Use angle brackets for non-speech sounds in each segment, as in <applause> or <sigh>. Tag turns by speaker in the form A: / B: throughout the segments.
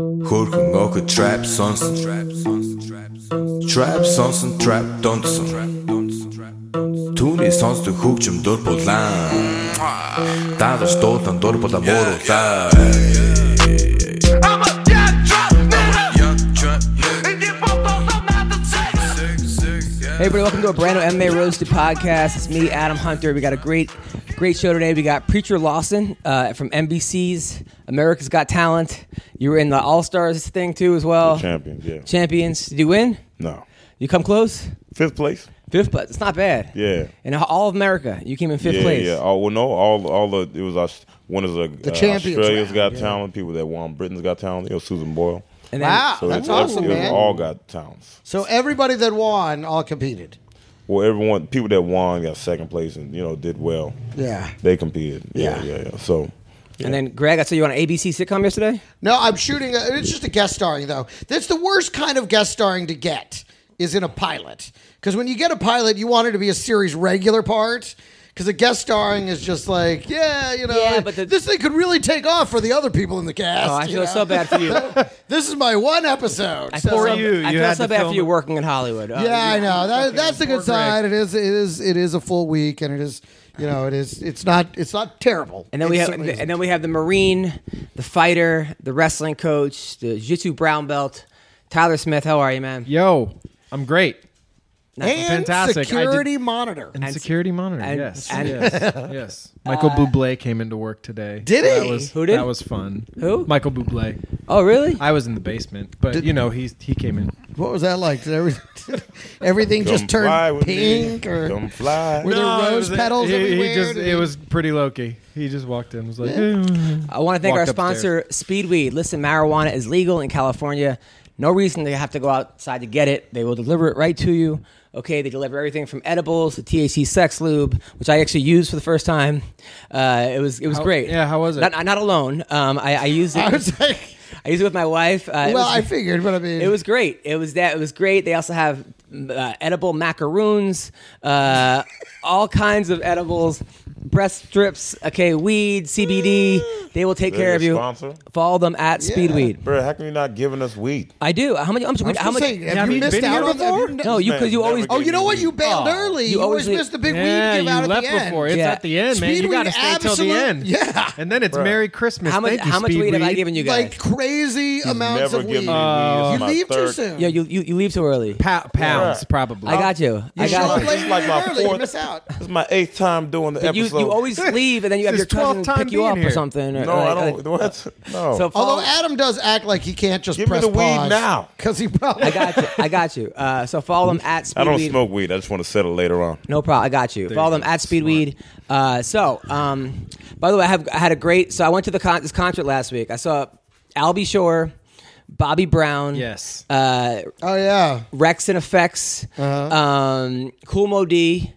A: Jorge Ngoga Trap Sonson Trap Sonson Trap Donson Түүний сонсдог хөгжим дур булаан Даалж дуудан дур булаа мууруулаа
B: I'm a young drop nigga. If you both don't know not to take.
C: Hey everybody, welcome to a brand new MMA Roasted podcast. It's me, Adam Hunter. We got a great, great show today. We got Preacher Lawson uh, from NBC's America's Got Talent. You were in the All Stars thing too, as
D: Oh.
C: well.
E: Champion, yeah.
C: Champions. Did you win?
E: no.
C: You come close.
E: Fifth place?
C: Fifth, but it's not bad.
E: Yeah.
C: In all of America, you came in fifth
E: yeah,
C: place.
E: yeah. Oh, well, no, all all the it was Aus- one of the, uh,
D: champions
E: Australia's
D: round,
E: got talent, people that won Britain's got talent, it was Susan Boyle.
C: And then,
D: Wow,
E: So
D: that's
E: it's, it's-
D: awesome,
E: it was
D: man.
E: all got talents.
D: so everybody that won all competed.
E: Well, everyone, people that won got second place and you know did well.
D: Yeah.
E: They competed. Yeah,
D: Yeah.
E: yeah, yeah. So
C: and then, Greg, I saw you on an ABC sitcom yesterday.
D: No, I'm shooting. A, it's just a guest starring though. That's the worst kind of guest starring to get is in a pilot because when you get a pilot, you want it to be a series regular part. Because a guest starring is just like, yeah, you know,
C: Yeah, but the-
D: this thing could really take off for the other people in the cast.
C: Oh, I
D: you
C: feel
D: know?
C: so bad for you. I
D: <laughs> This is my one episode.
C: feel
D: so-
C: so,
F: you,
C: <laughs> I
F: you
C: feel
F: had
C: so
F: to
C: bad for
F: film
C: you
F: it.
C: working in Hollywood. Uh,
D: Yeah, I know. That, that's the
F: poor
D: good
F: Greg.
D: side. It is. It is. It is a full week, and it is. You know, it is. It's not. It's not terrible.
C: And then we
D: It
C: have,
D: certainly
C: and
D: isn't.
C: then we have the Marine, the fighter, the wrestling coach, the Jiu-Jitsu brown belt, Tyler Smith. How are you, man?
F: Yo, I'm great.
D: and
F: Fantastic. I did-
D: security monitor.
F: And, Uh, security monitor.
C: and-
F: yes,
C: and-
F: <laughs> yes, yes. Michael Bublé came into work today.
D: Did
F: That
D: he?
F: was,
C: Who did?
F: That was fun.
C: Who?
F: Michael Bublé.
C: Oh, really?
F: I was in the basement, but you know he he came in.
D: What was that like? Did everything, <laughs> everything just
E: fly
D: turned
E: with me.
D: pink, or
E: Come fly.
D: Were there
F: it
D: rose
F: was a-
D: petals
F: he, he
D: everywhere?
F: just-
D: Did
F: it
D: he-
F: was pretty low key. He just walked in, and was
D: <laughs>
F: like, "Eh."
C: I want to thank our
F: Walked
C: sponsor, Speedweed. Listen, marijuana is legal in California. No reason to have to go outside to get it. They will deliver it right to you. Okay, they deliver everything from edibles to THC sex lube, which I actually used for the first time. Uh, it was it was
F: How-
C: great.
F: yeah, how was it?
C: Not, not alone. Um, I, I
F: <laughs>
C: used it.
D: I was like,
C: I used it with my wife. Uh, it
D: well,
C: was-
D: I figured, but I mean,
C: It was great. It was that. It was great. They also have uh, edible macaroons, uh, all kinds of edibles, breast strips. Okay, weed, CBD. They will take
E: They're
C: care of
E: your
C: you.
E: sponsor?
C: Follow them at Speedweed.
E: Bro, how come you're not giving us weed?
C: I do. How much? How much?
D: I'm
C: how much
D: saying, eh, have
F: have
D: you
F: you
D: missed
F: been
D: out
F: here
D: on that?
C: no, you because you
E: Man,
C: always.
E: never
D: Oh, you know what? You bailed
F: Oh.
D: early.
C: You
D: You,
C: always
D: always
C: leave-
D: missed the big
F: yeah,
D: weed give out
F: you
D: at
F: left
D: the end.
F: before. It's
C: Yeah.
F: at the end, man.
D: Speedweed
F: you got to stay till the
D: absolute-
F: end.
D: yeah.
F: and then it's
E: Bruh.
F: Merry Christmas.
C: How much?
F: Thank you,
C: How much weed have I
F: Speedweed.
C: given you guys?
D: Like crazy amounts
E: never
D: of
E: given me
D: weed.
E: weed.
D: you
E: It's my
D: leave too
E: third-
D: soon.
C: Yo, you, you you leave too early.
F: Pa- pounds,
E: Bruh.
F: probably.
C: I got you. I
D: You show
C: got
D: up
C: you.
D: late
E: like my
D: early. You
E: fourth-
D: miss out.
E: This is my eighth time doing the
C: But you,
E: episode.
C: you always leave and then you have
F: This
C: your
F: is 12th
C: cousin
F: time
C: pick you
F: being
C: up or
F: here.
C: something. or-
E: no,
C: or
E: I
C: like-
E: don't. What? No.
C: So follow-
D: Although Adam does act like he can't just
E: Give me
D: press
E: the weed now.
D: because he probably
C: I got you. I got you. Uh, so follow them at Speedweed.
E: I don't smoke weed. I just want to settle later on.
C: No problem. I got you. Follow them
F: you go.
C: at Speedweed. Uh, so, um, by the way, I have I had a great. So I went to the con- this concert last week. I saw Albie Shore, Bobby Brown,
F: Yes.
C: uh,
D: <laughs> Oh yeah,
C: Rex and Effects,
F: Uh-huh.
C: um, Cool Mo D,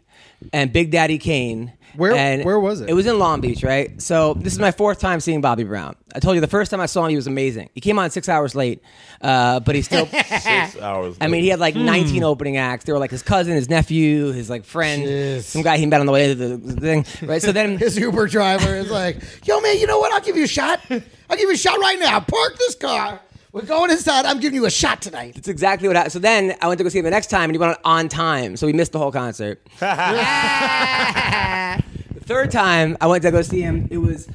C: and Big Daddy Kane.
F: Where-
C: And
F: where was it?
C: It was in Long Beach, right? So this is my fourth time seeing Bobby Brown. I told you the first time I saw him, he was amazing. He came on six hours late, uh, but he still.
F: <laughs>
E: Six hours.
C: I mean, he had like 19 opening acts. They were like his cousin, his nephew, his like friend, some guy he met on the way to the the thing, right? So then, <laughs>
D: his Uber driver is like, "Yo, man, you know what? I'll give you a shot. I'll give you a shot right now. Park this car. We're going inside. I'm giving you a shot tonight."
C: it's exactly what happened. So then I went to go see him the next time, and he went on, on time, so we missed the whole concert. the third time I went to go see him, it was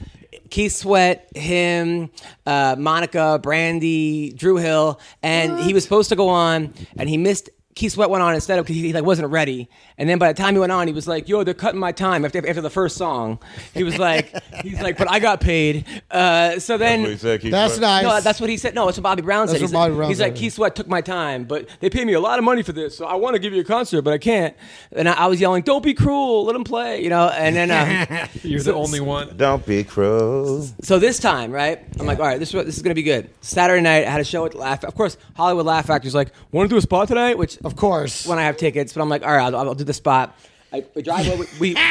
C: Keith Sweat, him, uh, Monica, Brandy, Drew Hill, and he was supposed to go on, and he missed. Keith Sweat went on instead of because he like wasn't ready, and then by the time he went on, he was like, "Yo, they're cutting my time after after the first song." He was like, "He's like, but I got paid." Uh, so then
E: What he said, Keith
D: That's
E: Sweat?
D: nice.
C: no, that's what he said. No, that's what Bobby Brown said.
D: That's
C: he's
D: what Bobby
C: like,
D: Brown
C: he's
D: said,
C: like,
D: yeah.
C: Keith Sweat took my time, but they pay me a lot of money for this, so I want to give you a concert, but I can't. And I, I was yelling, "Don't be cruel, let him play," you know. And then, <laughs> uh,
F: You're the only one.
E: Don't be cruel.
C: so this time, right? I'm like, all right, this is what- this is gonna be good. Saturday night, I had a show at Laugh. Of course, Hollywood Laugh Factory's like, "Want to do a spot tonight?" Which
D: Of course.
C: when I have tickets, but I'm like, all right, I'll, I'll do the spot. I, we drive over. We
D: <laughs>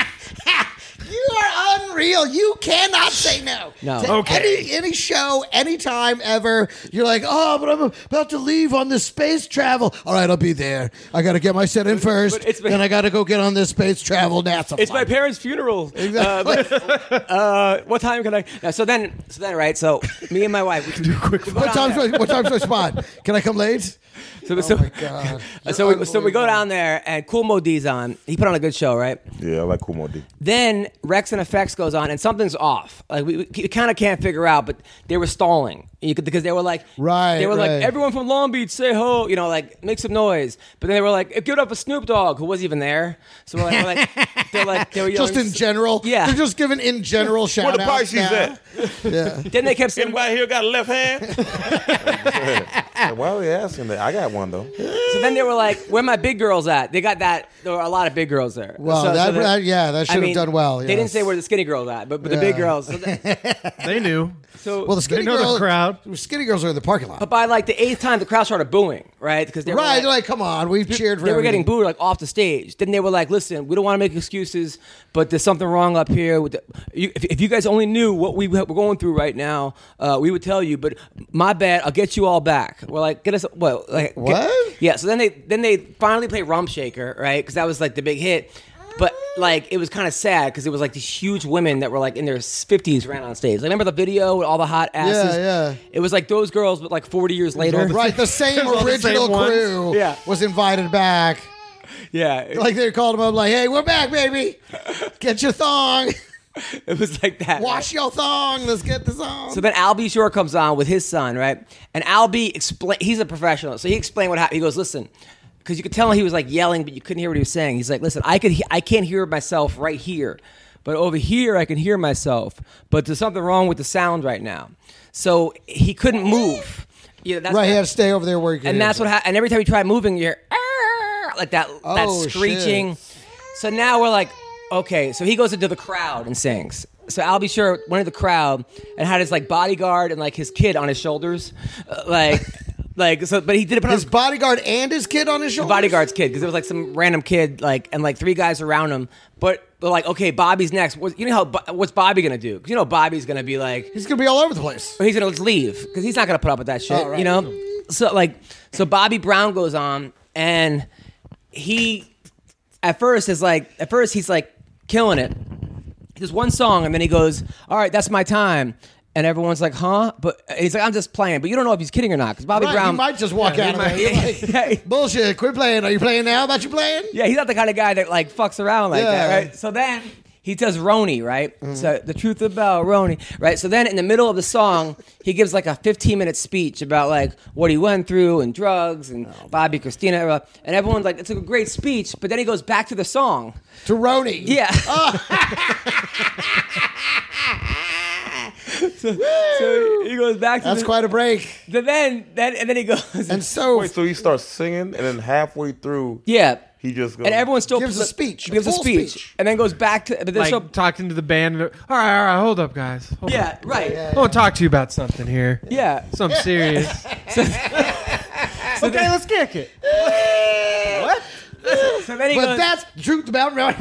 D: You are unreal. You cannot say no.
C: No.
D: To
F: Okay.
D: Any, any show, anytime ever. You're like, oh, but I'm about to leave on this space travel. All right, I'll be there. I got to get my set in first.
C: but it's my-
D: then I got to go get on this space travel NASA.
C: <laughs> It's my
D: flight.
C: parents' <laughs> funeral. Uh, <laughs> uh, what time can I? uh, So then, so then, right? So me and my wife. We, <laughs> do quick.
D: What time's my, what time's my spot? Can I come
C: <laughs>
D: late?
C: So, so,
D: my God.
C: so, we, so we go
D: Unbelievable.
C: down there, and Cool Mo D's on. He put on a good show, right?
E: Yeah, I like Kumo D.
C: Then Rex and Effects goes on, and something's off. Like we, we kind of can't figure out, but they were stalling you could, because they were like,
D: Right,
C: They were
D: right.
C: like, everyone from Long Beach, say ho, you know, like make some noise. But then they were like, give it up for Snoop Dogg, who wasn't even there. So we're like, we're like
D: <laughs>
C: they're like, they were
D: Just
C: yelling-
D: in general.
C: Yeah.
D: They're just giving in general shout
E: Where the
D: outs
E: Pisces
D: now.
E: at?
D: Yeah.
C: Then they kept saying,
D: <laughs>
E: Anybody here got a left hand? <laughs> Why are we asking that? I got one though.
C: So then they were like, "Where my big girls at?" They got that. There were a lot of big girls there.
D: Well,
C: So- so
D: that-
C: they-
D: that- yeah, that
C: I
D: should have
C: mean,
D: done well.
C: They didn't
D: yes.
C: say where the skinny girls at, but, but the big
D: Yeah.
C: girls. So,
D: <laughs>
C: that,
F: They knew.
C: so
D: Well, the skinny
F: know the
D: girl-
F: crowd.
D: Skinny girls are in the parking lot.
C: by like the eighth time, the crowd started booing, right? Because they
D: Right,
C: were
D: they're like, come on, we've cheered for
C: they were getting
D: everything.
C: booed like off the stage. Then they were like, "Listen, we don't want to make excuses, but there's something wrong up here. With the, you, if, if you guys only knew what we were going through right now, uh, we would tell you. But my bad, I'll get you all back. We're like, get us what? Like, get-
D: What?
C: yeah. So then they then they finally play Rump Shaker, right? Because that was like the big hit. But
D: Ah.
C: like it was kind of sad because it was like these huge women that were like in their fifties ran on stage. Like remember the video with all the hot asses?
D: yeah.
C: It was like those girls, but like forty years later.
D: Right, the same
F: all the
D: original
F: same ones.
D: crew
C: Yeah.
D: was invited back.
C: <laughs> Yeah.
D: Like they called him up, like, "Hey, we're back, baby. Get your thong,
C: it was like that. right?
D: wash your thong. Let's get this on."
C: So then Albie Shore comes on with his son, right? And Albie explain he's a professional, so he explained what happened. He goes, "Listen, because you could tell he was like yelling, but you couldn't hear what he was saying. He's like, "Listen, I could, he- I can't hear myself right here, but over here I can hear myself. But there's something wrong with the sound right now." So he couldn't move. Yeah, that's
D: right,
C: what-
D: you have to stay over there where you can.
C: and
D: hear
C: that's what
D: him.
C: happened. And every time you try moving, you're "Arr!" like that,
D: Oh,
C: that screeching. So now we're like, okay. So he goes into the crowd and sings. So Albie Sure went into the crowd and had his like bodyguard and like his kid on his shoulders, Uh,
D: <laughs>
C: like, like so. But he did it. Put
D: his
C: on,
D: bodyguard and his kid on his
C: the
D: shoulder.
C: bodyguard's kid because it was like some random kid like and like three guys around him but they're like okay bobby's next what, you know how Bo- what's bobby gonna do 'Cause you know bobby's gonna be like
D: He's gonna be all over the place.
C: he's gonna just leave because he's not gonna put up with that shit,
D: Oh, right.
C: you know. So like, so Bobby Brown goes on, and he at first is like, at first he's like killing it. He does one song, and then he goes, "All right, that's my time," and everyone's like, "Huh?" But and he's like, "I'm just playing," but you don't know if he's kidding or not because Bobby
D: Right,
C: Brown
D: he might just walk out of there.
C: Yeah,
D: You're
C: <laughs>
D: like,
C: yeah,
D: Bullshit! Quit playing. Are you playing now? About you playing?
C: yeah, he's not the kind of guy that like fucks around like that,
D: Yeah. Mm-hmm.
C: right? So then he does Roni, right? So the truth about Roni, right? So then in the middle of the song, he gives like a 15 minute speech about like what he went through and drugs and
D: Oh,
C: Bobby Christina, uh, and everyone's like, it's a great speech. But then he goes back to the song.
D: To Roni. <laughs>
C: Yeah.
D: Oh.
C: <laughs> so, so he goes back to
D: That's
C: the,
D: quite a break.
C: then then and then he goes
D: And so
E: Wait, so he starts singing, and then halfway through,
C: <laughs> yeah.
E: he just goes,
C: And everyone still
D: Gives a speech, a
C: Gives a
D: full
C: speech,
D: speech.
C: and then goes back to. But then
F: Like
C: so,
F: talking to the band. All right, all right, hold up, guys. Hold up.
C: yeah, right.
F: I want to talk to you about something here.
C: Yeah.
F: Something serious. okay, let's kick it.
C: So then he
D: But
C: goes.
D: that's the truth about Roni.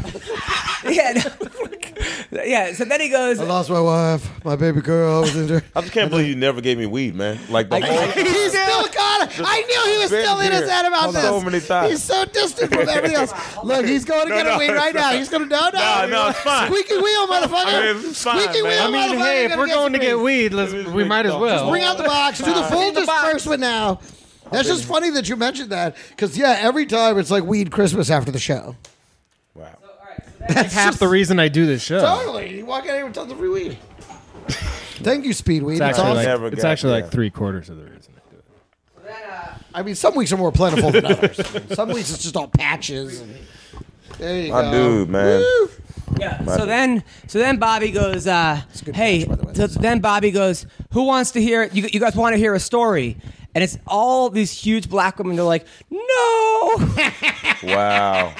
C: yeah, <laughs> no. yeah. So then he goes.
D: I lost my wife, my baby girl. I was in <laughs> there.
E: I just can't believe you never gave me weed, man. Like the whole.
D: <laughs> He's still gone. I knew he was
E: been
D: still in his
E: here
D: head about
E: so
D: this.
E: many times.
D: He's so distant from everything
E: <laughs>
D: else. Look, he's going to
E: No,
D: get
E: no,
D: away right
E: no.
D: now. He's going to no, no,
E: No, no, it's fine.
D: Squeaky wheel, motherfucker.
E: I mean, it's fine, man.
D: Squeaky wheel,
E: I
F: I mean,
D: motherfucker.
F: hey, if
D: Gotta
F: we're going to
D: some
F: get
D: weed.
F: weed, let's,
E: Maybe
F: we
E: we
F: might as
E: don't.
F: well.
D: Bring out the
E: <laughs>
D: box. Do the full disbursement now. That's just funny that you mentioned that because yeah, every time it's like weed Christmas after the show.
E: Wow.
F: That's half the reason I do this show.
D: Totally, you walk out here with tons of free weed. Thank you, Speedweed. It's
F: It's actually,
D: awesome.
F: like,
E: Never
F: it's
E: got-
F: actually
E: yeah.
F: like three quarters of the reason I do it.
D: I mean, some weeks are more plentiful than others. some weeks it's just all patches. and- there you
E: My
D: go.
E: dude, man.
D: Woo.
C: Yeah. So then, so then Bobby goes. Uh,
D: good
C: hey.
D: catch, by the way.
C: so then Bobby goes. Who wants to hear? You, you guys want to hear a story? And it's all these huge black women. They're like, no. <laughs>
E: Wow.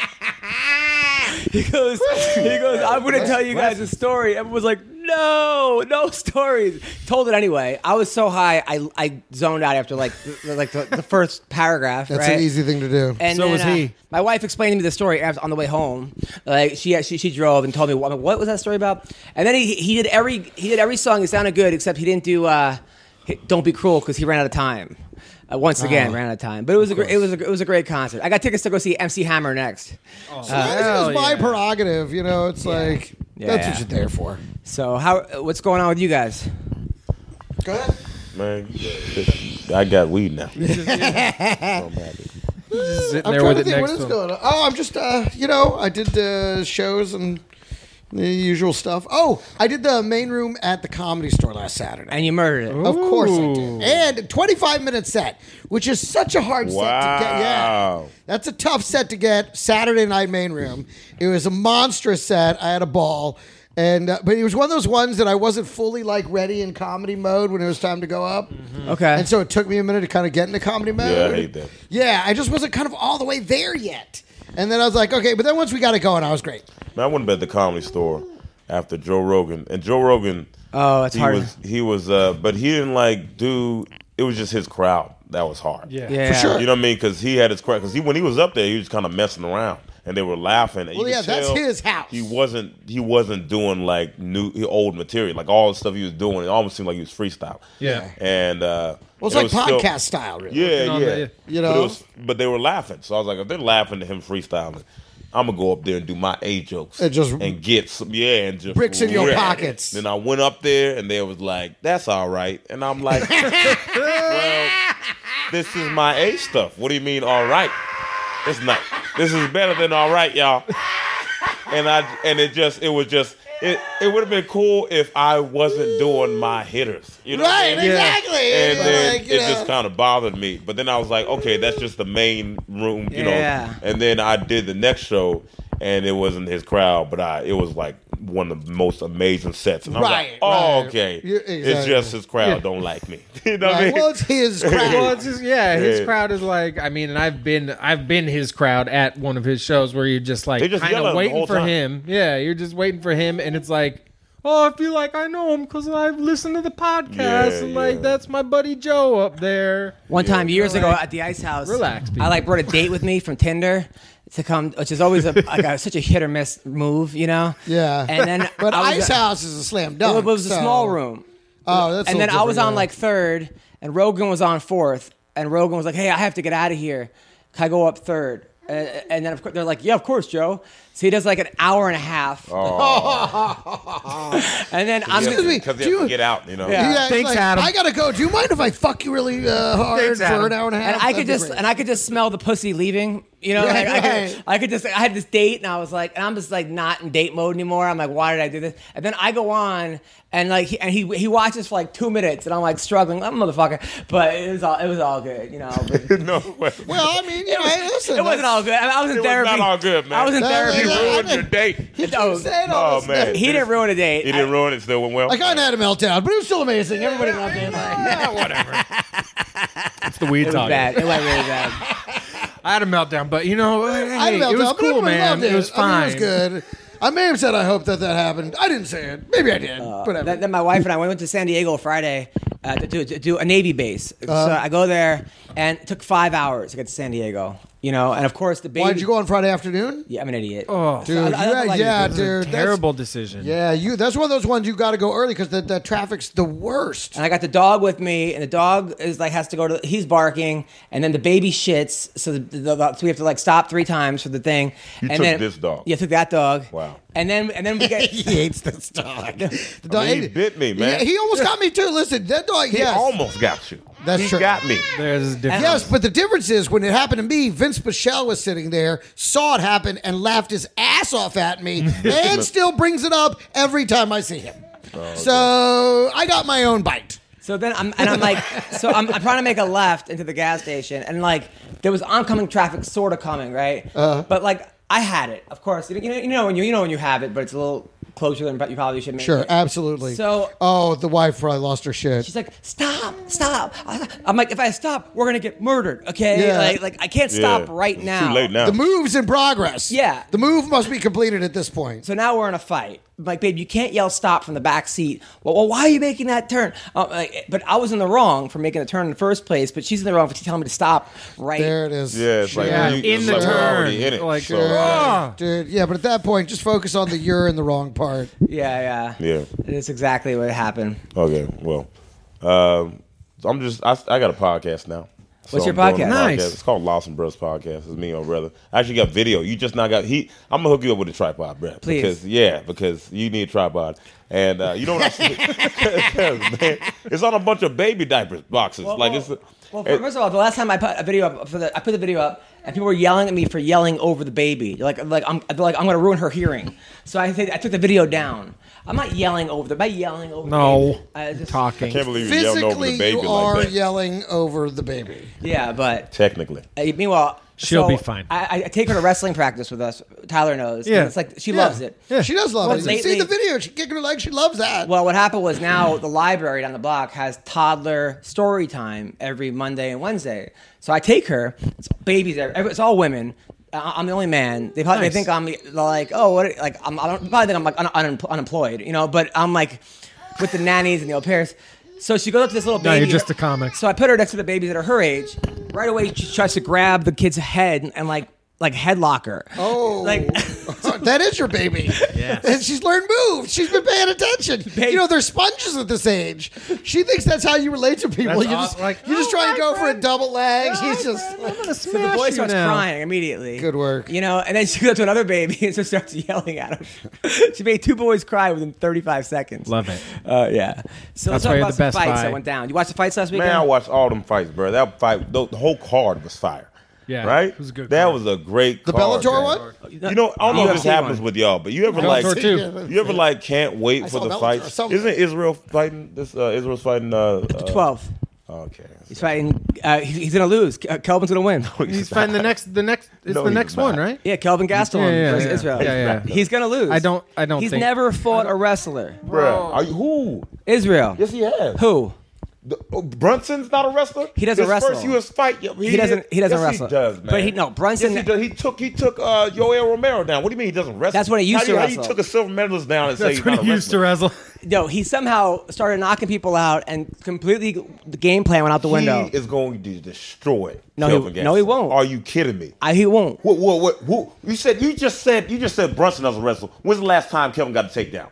C: he goes. He goes. I'm gonna tell you guys a story. Everyone's like, no. no, no stories. Told it anyway. I was so high, I, I zoned out after like the, like the, the first paragraph.
D: That's
C: right?
D: an easy thing to do.
C: And
F: So
C: then,
F: was
C: uh,
F: he.
C: my wife explained to me the story after, on the way home. Like she, she she drove and told me what, what was that story about. And then he he did every he did every song. It sounded good except he didn't do uh, hit "Don't Be Cruel" because he ran out of time. Uh,
D: Oh,
C: once again, ran out of time. But it was a gr- it was a, it was a great concert. I got tickets to go see MC Hammer next.
D: so that was
F: hell
D: my
F: yeah.
D: prerogative. You know, it's like
C: Yeah,
D: that's
C: yeah.
D: what you're there for.
C: So how what's going on with you guys?
D: Go ahead.
E: Man, I got weed now. I'm happy.
F: Sitting
D: I'm
F: there
D: trying
F: with
D: to
F: it
D: think what
F: next
D: is
F: to him.
D: going on. Oh, I'm just uh, you know, I did uh, shows and the usual stuff. Oh, I did the main room at the comedy store last Saturday.
C: And you murdered it.
D: Of course I did. And a 25 minute set, which is such a hard set to get. Yeah.
E: Wow.
D: That's a tough set to get. Saturday night main room. It was a monstrous set. I had a ball. And uh, but it was one of those ones that I wasn't fully like ready in comedy mode when it was time to go up.
C: Okay.
D: And so it took me a minute to kind of get into comedy mode.
E: Mm-hmm. Yeah, I hate that.
D: Yeah, I just wasn't kind of all the way there yet. And then I was like, okay, but then once we got it going, I was great.
E: Man, I went to bed at the comedy store after Joe Rogan, and Joe Rogan.
C: Oh, it's
E: he
C: hard.
E: Was, he was, uh, but he didn't like do. It was just his crowd that was hard.
F: Yeah.
C: yeah.
D: sure.
E: You know what I mean? Because he had his crowd. Because he, when he was up there, he was kind of messing around, and they were laughing. And you
D: Well, yeah,
E: could
D: that's
E: tell
D: his house.
E: He wasn't. He wasn't doing like new old material. Like all the stuff he was doing, it almost seemed like he was freestyle.
F: Yeah.
E: And uh,
D: Well, it's
E: and
D: like
E: it was
D: podcast
E: still-
D: style, really.
E: yeah,
F: on
E: yeah.
F: the- yeah.
E: but,
D: You know?
E: it was, but they were laughing, so I was like, if they're laughing to him freestyling, I'm gonna go up there and do my A jokes
D: And just-
E: and get some yeah and just
D: Bricks in your
E: rip.
D: pockets.
E: Then I went up there and they was like, that's all right, and I'm like, <laughs> well, this is my A stuff. What do you mean, all right? It's not. This is better than all right, y'all. And I and it just it was just it it would have been cool if I wasn't doing my hitters, you know. what I
D: Right,
E: mean?
D: exactly.
E: and then
D: Like, you
E: it
D: know.
E: just kind of bothered me. But then I was like, okay, that's just the main room, you
C: Yeah.
E: know. And then I did the next show, and it wasn't his crowd, but I it was like one of the most amazing sets. And I was
D: Right,
E: like, oh,
D: right.
E: okay,
D: Yeah,
E: it's
D: exactly.
E: just his crowd don't like me. <laughs> you know what I
D: Right,
E: mean?
D: well, it's
E: <laughs>
D: his crowd.
F: <laughs> Well, it's just, yeah, his
E: Yeah.
F: crowd is like. I mean, and I've been, I've been his crowd at one of his shows where you're just like
E: They just
F: kind
E: yell at him
F: of
E: the
F: waiting
E: whole
F: for
E: time.
F: him. Yeah, you're just waiting for him, and it's like, oh, I feel like I know him because I've listened to the podcast,
E: Yeah,
F: and like
E: yeah.
F: that's my buddy Joe up there.
C: One time years ago
F: Relax.
C: at the Ice House,
F: Relax, people.
C: I like brought a date with me from Tinder to come, which is always
D: <laughs>
C: a, like a, such a hit or miss move, you know.
D: Yeah.
C: And then
D: <laughs> But
C: I was
D: Ice
C: a-
D: House is a slam
C: It
D: dunk.
C: was a
D: so-
C: small room,
D: Oh, that's. a
C: and then
D: little
C: I was
D: different,
C: on
D: yeah.
C: like third, and Rogan was on fourth, and Rogan was like, "Hey, I have to get out of here. Can I go up third? And, and then of course they're like, "Yeah, of course, Joe." So he does like an hour and a half, <laughs> and then I'm
D: Excuse me.
E: because
D: do
E: they
D: you-
E: have to get out, you know.
C: Yeah.
D: Yeah, it's
F: Thanks,
D: like,
F: Adam.
D: I gotta go. Do you mind if I fuck you really uh, hard
F: Thanks,
D: for
F: Adam.
D: an hour and a half?
C: and I
D: That'd
C: could
D: be
C: just
D: great.
C: and I could just smell the pussy leaving. You know,
D: Right,
C: like, I,
D: right.
C: could, I could just I had this date and I was like, and I'm just like not in date mode anymore. I'm like, why did I do this? And then I go on and like he, and he he watches for like two minutes and I'm like struggling, I'm a motherfucker. But it was all it was all good, you know. But it
E: <laughs> no way.
D: well, I
C: <laughs>
D: mean, you know, hey, listen.
C: wasn't all good. I, I was in
E: It was
C: therapy.
E: not all good, man.
C: I was in
D: No,
E: He
C: therapy.
D: no, no.
E: ruined your day.
D: He keeps
C: <laughs> Oh.
D: saying all
E: Oh
D: this
E: man,
D: stuff.
C: He didn't ruin a date.
E: He didn't
C: I-
E: ruin it. Still went well.
D: Like I had a meltdown, but it was still amazing. Everybody loved it. Like,
E: Yeah,
D: <laughs>
E: whatever.
F: It's the weed
C: It was
F: talk.
C: bad. It went really bad.
F: I had a meltdown, but you know,
D: I had a
F: hey,
D: meltdown,
F: it was
D: but
F: cool,
D: everybody
F: man.
D: Loved
F: It
D: it.
F: was
D: I
F: fine.
D: mean, it was good. I may have said I hope that that happened. I didn't say it. Maybe I did. Whatever.
C: Then, then my wife and I we went to San Diego Friday uh, to, to, to do a Navy base.
D: Uh-huh.
C: so I go there and it took five hours to get to San Diego. You know, and of course the baby.
D: Why did you go on Friday afternoon?
C: Yeah, I'm an idiot.
F: Oh,
D: Dude,
C: I- I
D: you
C: don't
D: had-
C: like it.
D: yeah,
C: It was
F: it was a
D: dude, that's
F: terrible decision.
D: Yeah, you. That's one of those ones you got to go early because the, the traffic's the worst.
C: and I got the dog with me, and the dog is like has to go to. He's barking, and then the baby shits, so the, the, the- so we have to like stop three times for the thing.
E: You
C: and
E: took
C: then,
E: this dog.
C: Yeah, took that dog.
E: Wow.
C: And then and then we get.
D: <laughs> he hates
E: <laughs>
D: this dog. The dog
E: mean, he bit me, man.
D: Yeah, he almost got me too. Listen, that dog.
E: He
D: yes,
E: almost got you.
D: That's
E: he
D: true.
E: got me.
F: There's a difference.
D: yes, but the difference is when it happened to me, Vince Pichel was sitting there, saw it happen, and laughed his ass off
E: <laughs>
D: at me, and still brings it up every time I see him.
E: Oh,
D: so I got my own bite.
C: So then I'm and I'm like, <laughs> so I'm, I'm trying to make a left into the gas station, and like there was oncoming traffic, sort of coming, right? Uh-huh. But like I had it, of course. You know, you know when you you know when you have it, but it's a little closer than you probably should make.
D: Sure,
C: it.
D: absolutely.
C: So
D: oh, the wife probably lost her shit.
C: She's like, stop, stop. I- I'm like, if I stop, we're gonna get murdered, okay?
D: Yeah.
C: Like, like I can't stop
E: Yeah.
C: right
E: It's
C: now.
E: Too late now.
D: the move's in progress.
C: Yeah.
D: the move must be completed at this point.
C: So now we're in a fight. like, babe, you can't yell stop from the back seat. Well, well why are you making that turn? Uh, like, but I was in the wrong for making the turn in the first place. But she's in the wrong for telling me to stop. Right.
D: There it is.
E: Yeah, it's like
D: Sure.
E: you,
F: in
E: it's
F: the
E: like we're
F: turn.
E: already in it.
F: Like,
E: so,
F: uh, Ah!
D: Dude, yeah, but at that point, just focus on the you're in the wrong part.
C: Yeah, yeah.
E: yeah.
C: That's exactly what happened.
E: Okay. Well, um, I'm just I, I got a podcast now.
C: What's your
E: I'm doing
C: podcast?
E: a
F: Nice.
E: It's called Lost and Brothers Podcast. It's me and my brother. I actually got video. You just not got he. I'm gonna hook you up with a tripod, Brett.
C: Please.
E: Because yeah, because you need a tripod. And uh, you know what I <laughs> see? man, it's on a bunch of baby diapers boxes. like it's.
C: Well,
E: it-
C: first of all, the last time I put a video up for the, I put the video up, and people were yelling at me for yelling over the baby. They're Like, like I'm, they're like I'm going to ruin her hearing. So I think I took the video down. I'm not yelling over the. Am I yelling over? the
F: No,
C: baby? I just,
F: talking.
E: can't believe you yelled over
D: Physically,
E: the baby
D: you are
E: like that.
D: yelling over the baby.
C: Yeah, but
E: Technically,
C: uh, meanwhile,
F: She'll
C: so
F: be fine.
C: I, I take her to wrestling practice with us. Tyler knows. and
F: Yeah.
C: it's like she
D: Yeah.
C: loves it.
F: Yeah.
D: She does love
C: Well,
D: it. You
C: lately-
D: see the video. She's kicking her leg. She loves that.
C: Well, what happened was now the library down the block has toddler story time every Monday and Wednesday. So I take her. It's babies. every- It's all women. I- I'm the only man. They probably
F: Nice.
C: they think I'm the- they're like oh what like I'm, I don't probably think I'm like un, un, unemployed you know. But I'm like with the nannies and the au pairs. So she goes up to this little
F: No,
C: baby.
F: you're just a comic.
C: So I put her next to the babies that are her age. Right away, she tries to grab the kid's head and, and like like headlock her.
D: Oh.
C: like <laughs>
D: that is your
F: <laughs>
D: baby. Yes. And she's learned moves. She's been paying attention. You know, they're sponges at this age. She thinks that's how you relate to people.
F: That's
D: you just,
F: aw- like,
D: you just try and go
F: "Oh, my
D: for a
F: friend.
D: double leg.
F: Oh,
D: She's just
F: I'm gonna
C: So the
F: smash
C: boy
F: you
C: starts
F: now.
C: crying immediately.
D: Good work.
C: You know, and then she goes up to another baby <laughs> and just starts yelling at him. she made two boys cry within 35 seconds.
F: Love it.
C: Uh, yeah. So let's
F: That's
C: talk
F: why you're
C: about
F: the
C: some
F: best
C: fights
F: fight.
C: that went down. You watched the fights last weekend?
E: man, I watched all them fights, bro. That fight, the, the whole card was fire.
F: Yeah,
E: right.
F: it was a good
E: That
F: card.
E: was a great.
D: The
E: card,
D: Bellator
E: man.
D: one?
E: You know, I don't know if this
C: UFC
E: happens
C: one.
E: with y'all, but you ever
F: Bellator
E: like
F: too.
E: you ever like can't wait for
D: saw
E: the
D: Bellator. I
E: fights?
D: saw-
E: Isn't Israel fighting this? Uh, Israel's fighting. Uh,
C: The
E: uh,
C: 12th.
E: Okay.
C: He's fighting. Uh, he- he's going to lose. Ke- uh, Kelvin's going to
E: <laughs>
C: win.
F: He's fighting the next. The next. It's
E: No,
F: the
E: he's
F: next
E: not.
F: one, right?
C: Yeah, Kelvin Gastelum
F: Yeah, yeah,
C: versus
F: yeah.
C: Israel.
F: Yeah, yeah, yeah.
C: He's going to lose.
F: I don't- I don't
C: He's
F: think-
C: never fought a wrestler.
E: Bruh, are you, who?
C: Israel.
E: Yes, he has.
C: Who?
E: The- oh, Brunson's not a wrestler.
C: He doesn't
E: His
C: wrestle.
E: First US fight. yeah,
C: He doesn't- he doesn't
E: yes,
C: wrestle.
E: He does, man.
C: But he- no, Brunson-
E: Yes, he, does. he took he took uh, Yoel Romero down. What do you mean he doesn't wrestle?
C: That's when he used
E: how
C: to
E: you, How
C: wrestle.
E: you took a silver medalist down and say
F: That's
E: he's
F: what
E: not
F: he
E: a
F: used to
E: wrestler.
F: wrestle.
C: No, he somehow started knocking people out and completely the game plan went out the window.
E: He is going to destroy.
C: No, he-
E: Kelvin Gastelum.
C: no, he won't.
E: Are you kidding me?
C: I, he won't.
E: What, what, what, who? You said you just said you just said Brunson doesn't wrestle. When's the last time Kelvin got a takedown?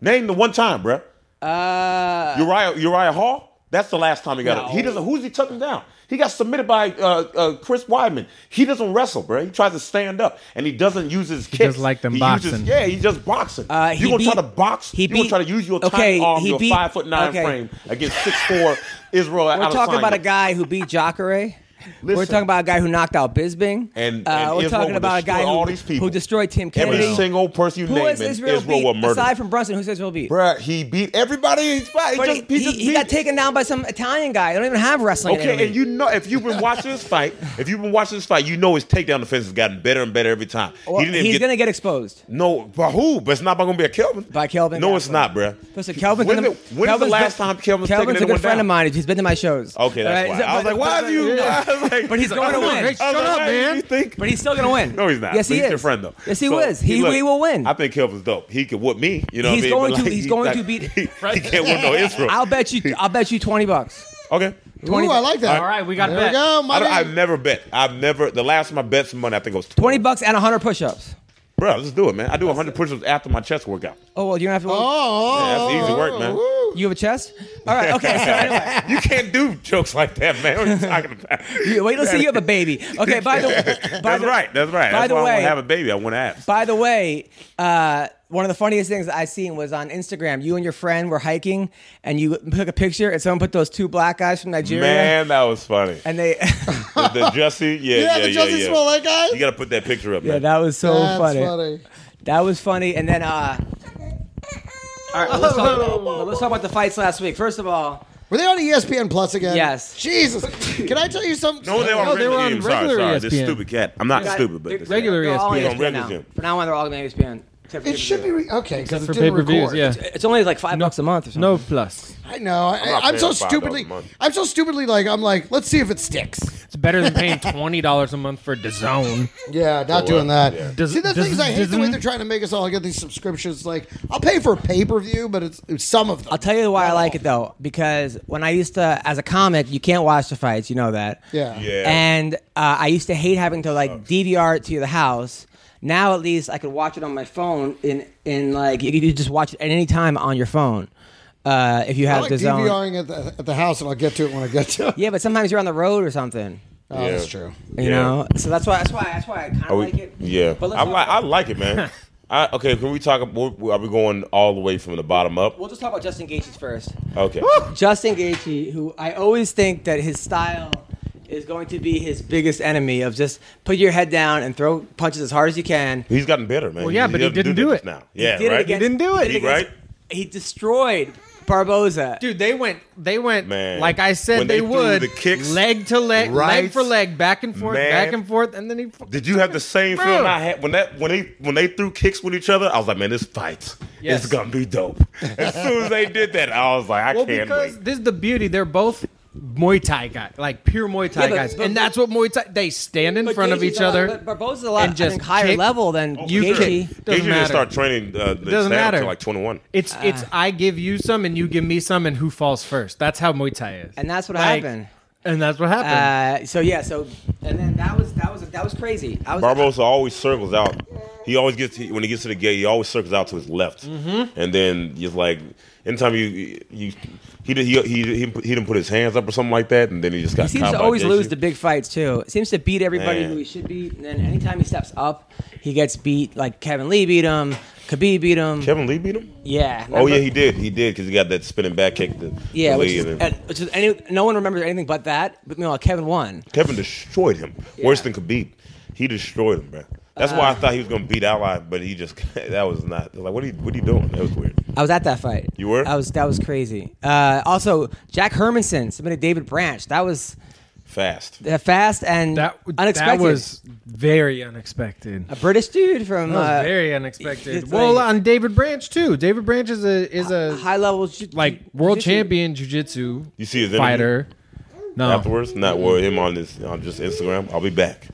E: Name the one time, bruh. Uh, Uriah Uriah Hall. That's the last time he got it. He doesn't. Who's he took him down? He got submitted by uh, uh, Chris Weidman. He doesn't wrestle, bruh. He tries to stand up and he doesn't use his kicks.
F: just like them
E: He uses-
F: boxing.
E: yeah, he's just boxing.
C: Uh, he
E: you gonna
C: beat-
E: try to box?
C: he
E: you gonna
C: beat-
E: try to use your tiny
C: okay,
E: arm,
C: he
E: your
C: beat-
E: five foot nine
C: okay.
E: frame against six
C: <laughs>
E: four Israel.
C: We're talking about a guy who beat Jacare. We're
E: Listen.
C: talking about a guy who knocked out Bisbing.
E: And-
C: Uh,
E: and
C: we're
E: Israel
C: talking
E: will
C: about a guy
E: destroy
C: who,
E: all these people.
C: who destroyed Tim
E: Every
C: Kennedy.
E: single person you
C: who
E: name,
C: is
E: in
C: Israel,
E: Israel
C: beat?
E: will murder.
C: Aside from Brunson, who's Israel beat?
E: Bruh, he beat everybody he's fighting.
C: But
E: He just,
C: he,
E: he
C: he-
E: just
C: he
E: beat-
C: got taken down by some Italian guy. They don't even have wrestling. in
E: Okay,
C: Italy.
E: and you know, if you've been watching this fight, if you've been watching this fight, you know his takedown defense has gotten better and better every time.
C: Well,
E: he didn't even
C: he's
E: get,
C: gonna get exposed.
E: no, by who? But it's not going to be a Kelvin.
C: By Kelvin
E: No, it's
C: Gastelum.
E: not, bruh.
C: Listen, Kelvin's
E: When
C: in the,
E: the- when is the
C: Kelvin's
E: last
C: been-
E: time Kelvin's taken
C: Kelvin's a
E: anyone
C: good friend
E: down?
C: of mine. He's been to my shows.
E: Okay, that's
C: All
E: why.
C: right,
E: I was
C: but-
E: like, why
C: but- <laughs>
E: do you?
C: yeah.
E: I was <laughs> like,
C: But he's gonna
E: I was
C: win.
E: like,
C: Hey,
E: I was
F: shut
E: like,
F: up,
E: why do
F: man.
E: You think?
C: But he's still gonna win.
E: No, he's not.
C: Yes,
E: But
C: he
E: he's
C: is.
E: Your friend, though.
C: Yes, he
E: So,
C: was. He,
E: look,
C: he will win.
E: I think Kelvin's dope. He could whoop me. You know,
C: He's
E: what
C: going
E: I mean? But,
C: to-
E: like,
C: he's going
E: like-
C: to beat-
E: <laughs> He, can't win no Israel.
C: I'll bet you. I'll bet you twenty bucks.
E: okay.
D: Ooh, I like that.
F: <laughs> All right, we got
D: there
F: bet.
D: we go.
E: I
D: Money.
E: don't, I've never bet. I've never. The last time I bet some money, I think it was
C: Twenty bucks and hundred push-ups.
E: Bro, let's do it, man. I do 100 push-ups after my chest workout.
C: Oh well, you don't have to.
D: oh,
E: Yeah, that's easy work, man.
D: Woo.
C: You have a chest? All right. Okay. So anyway,
E: <laughs> You can't do jokes like that, man. What are you talking
C: <laughs>
E: about?
C: you- wait. Let's see. You have a baby. Okay. By
E: <laughs>
C: the <laughs> by
E: That's
C: the,
E: right. That's right.
C: By
E: That's
C: the
E: why I want
C: way,
E: to have a baby. I want to ask.
C: by the way, uh, one of the funniest things I seen was on Instagram. You and your friend were hiking, and you took a picture, and someone put those two black guys from Nigeria,
E: Man, that
C: <laughs>
E: was funny.
C: and they.
E: The, the Jesse, yeah,
D: Yeah,
E: yeah,
D: the
E: yeah,
D: Justin
E: yeah.
D: Smollett guy.
E: You got to put that picture up,
C: yeah,
E: man.
C: that was so
D: That's
C: funny.
D: funny.
C: That was funny, and then. Uh, all right, well, let's,
E: <laughs>
C: talk about, let's talk about the fights last week. First of all,
D: Were they on E ESPN Plus again?
C: Yes.
D: Jesus. Can I tell you something?
E: no, they were on,
F: No, they
E: regular
F: were on
E: gym. Sorry,
F: regular E
E: sorry. This
F: ESPN.
E: stupid cat. I'm not stupid, but this
F: regular
C: they're all E on
F: ESPN.
C: ESPN now.
E: Regular gym.
C: For now on, they're all E on ESPN. except for
D: It should be re- okay because
F: For
D: it
F: pay
D: didn't
F: per views,
D: record.
F: yeah.
C: It's only like five bucks a month or something.
F: No plus.
D: I know. I,
E: not
D: I'm so
E: paying $5 a
D: stupidly.
E: month.
D: I'm so stupidly like I'm like. Let's see if it sticks.
F: It's better than paying twenty dollars a month for DAZN.
D: Yeah, not doing that.
F: Does-
D: See, the
F: does-
D: thing is, I hate the way
F: doesn't-
D: they're trying to make us all get these subscriptions. Like, I'll pay for a pay per view, but it's, it's some of them.
C: I'll tell you why I like it though, because when I used to, as a comic, you can't watch the fights. You know that.
D: Yeah.
E: Yeah.
C: And uh, I used to hate having to like DVR it to the house. Now at least I could watch it on my phone. In in like you could just watch it at any time on your phone uh, if you
D: I
C: have
D: like
C: the zone.
D: DVRing at the, at the house, and I'll get to it when I get to it.
C: Yeah, but sometimes you're on the road or something.
D: Oh, that's true.
C: You
E: Yeah.
C: know, so that's why that's why that's why I kind
E: Are
C: of
E: we,
C: like it.
E: Yeah,
C: but let's
E: I
C: not-
E: like I like
C: <laughs>
E: it, man. I, okay, can we talk? About, are we going all the way from the bottom up?
C: We'll just talk about Justin Gaethje first.
E: Okay.
C: Justin Gaethje, who I always think that his style is going to be his biggest enemy of just put your head down and throw punches as hard as you can.
E: He's gotten better, man.
F: Well, yeah, but he
E: doesn't
F: didn't do
E: this
F: it.
E: now. Yeah,
C: did it
E: right.
C: against-
F: He didn't do it.
C: did
E: He- right.
C: against- He destroyed Barboza.
F: Dude, they went. They went.
E: Man.
F: Like I said,
E: When
F: they,
E: they threw
F: would.
E: the kicks,
F: leg to leg, leg
E: rights,
F: for leg, back and forth,
E: man.
F: back and forth, and then he. fu-
E: Did you have the same
F: Bro.
E: feeling I had when that when they when they threw kicks with each other? I was like, man, this fight
F: Yes.
E: is gonna be dope. As soon as they did that, I was like, I
F: Well,
E: can't
F: because
E: wait.
F: this is the beauty. They're both Muay Thai guys, like pure Muay Thai
C: Yeah, but-
F: guys,
C: but-
F: and that's what Muay Thai. They stand in
C: But
F: front of
C: Gaethje's
F: each
C: a lot-
F: other.
C: but Barboza's a lot
F: and just
C: I think, higher
F: kick.
C: level than
F: you
C: Gaethje.
F: kick.
E: Gaethje
F: Doesn't
E: didn't
F: matter.
E: start training uh, the
F: Doesn't
E: stand-up
F: matter.
E: till like twenty one.
F: It's it's I give you some and you give me some and who falls first. That's how Muay Thai is.
C: And that's what happened.
F: And that's what happened.
C: Uh, so yeah, so and then that was that was that was crazy. I was
E: Barbosa always circles out. He always gets he- when he gets to the gate. He always circles out to his left,
C: Mm-hmm.
E: and then just like anytime you you he did- he he he, he didn't put his hands up or something like that, and then he just got.
C: He seems
E: caught
C: to
E: by
C: always
E: Gaethje.
C: lose the big fights too. Seems to beat everybody
E: Man.
C: who he should beat. And then anytime he steps up, he gets beat. Like Kevin Lee beat him, Khabib beat him.
E: Kevin Lee beat him.
C: yeah.
E: Oh
C: remember?
E: yeah, he did. He did because he got that spinning back kick. To,
C: Yeah,
E: to
C: which
E: Lee,
C: is,
E: and then-
C: and, which is any, no one remembers anything but that. But meanwhile, Kevin won.
E: Kevin destroyed him worse than Khabib. He destroyed him, bro. That's
C: Uh.
E: why I thought he was gonna beat Ally, but he just <laughs> that was not. Like, what are you what are you doing? That was weird.
C: I was at that fight.
E: You were?
C: I was. That was crazy. Uh, also, Jack Hermanson submitted David Branch. That was
E: Fast.
C: uh, fast and
F: That
C: unexpected.
F: that was very unexpected.
C: a British dude from
F: That was
C: uh,
F: very unexpected.
C: it's
F: Well,
C: like-
F: on David Branch too. David Branch is a is a
C: high level ju-
F: uh, like
C: ju-
F: world
C: jiu-jitsu.
F: champion jiu-jitsu
E: You see his interview?
F: fighter. No.
E: Afterwards, not worry him on this on just Instagram. I'll be back.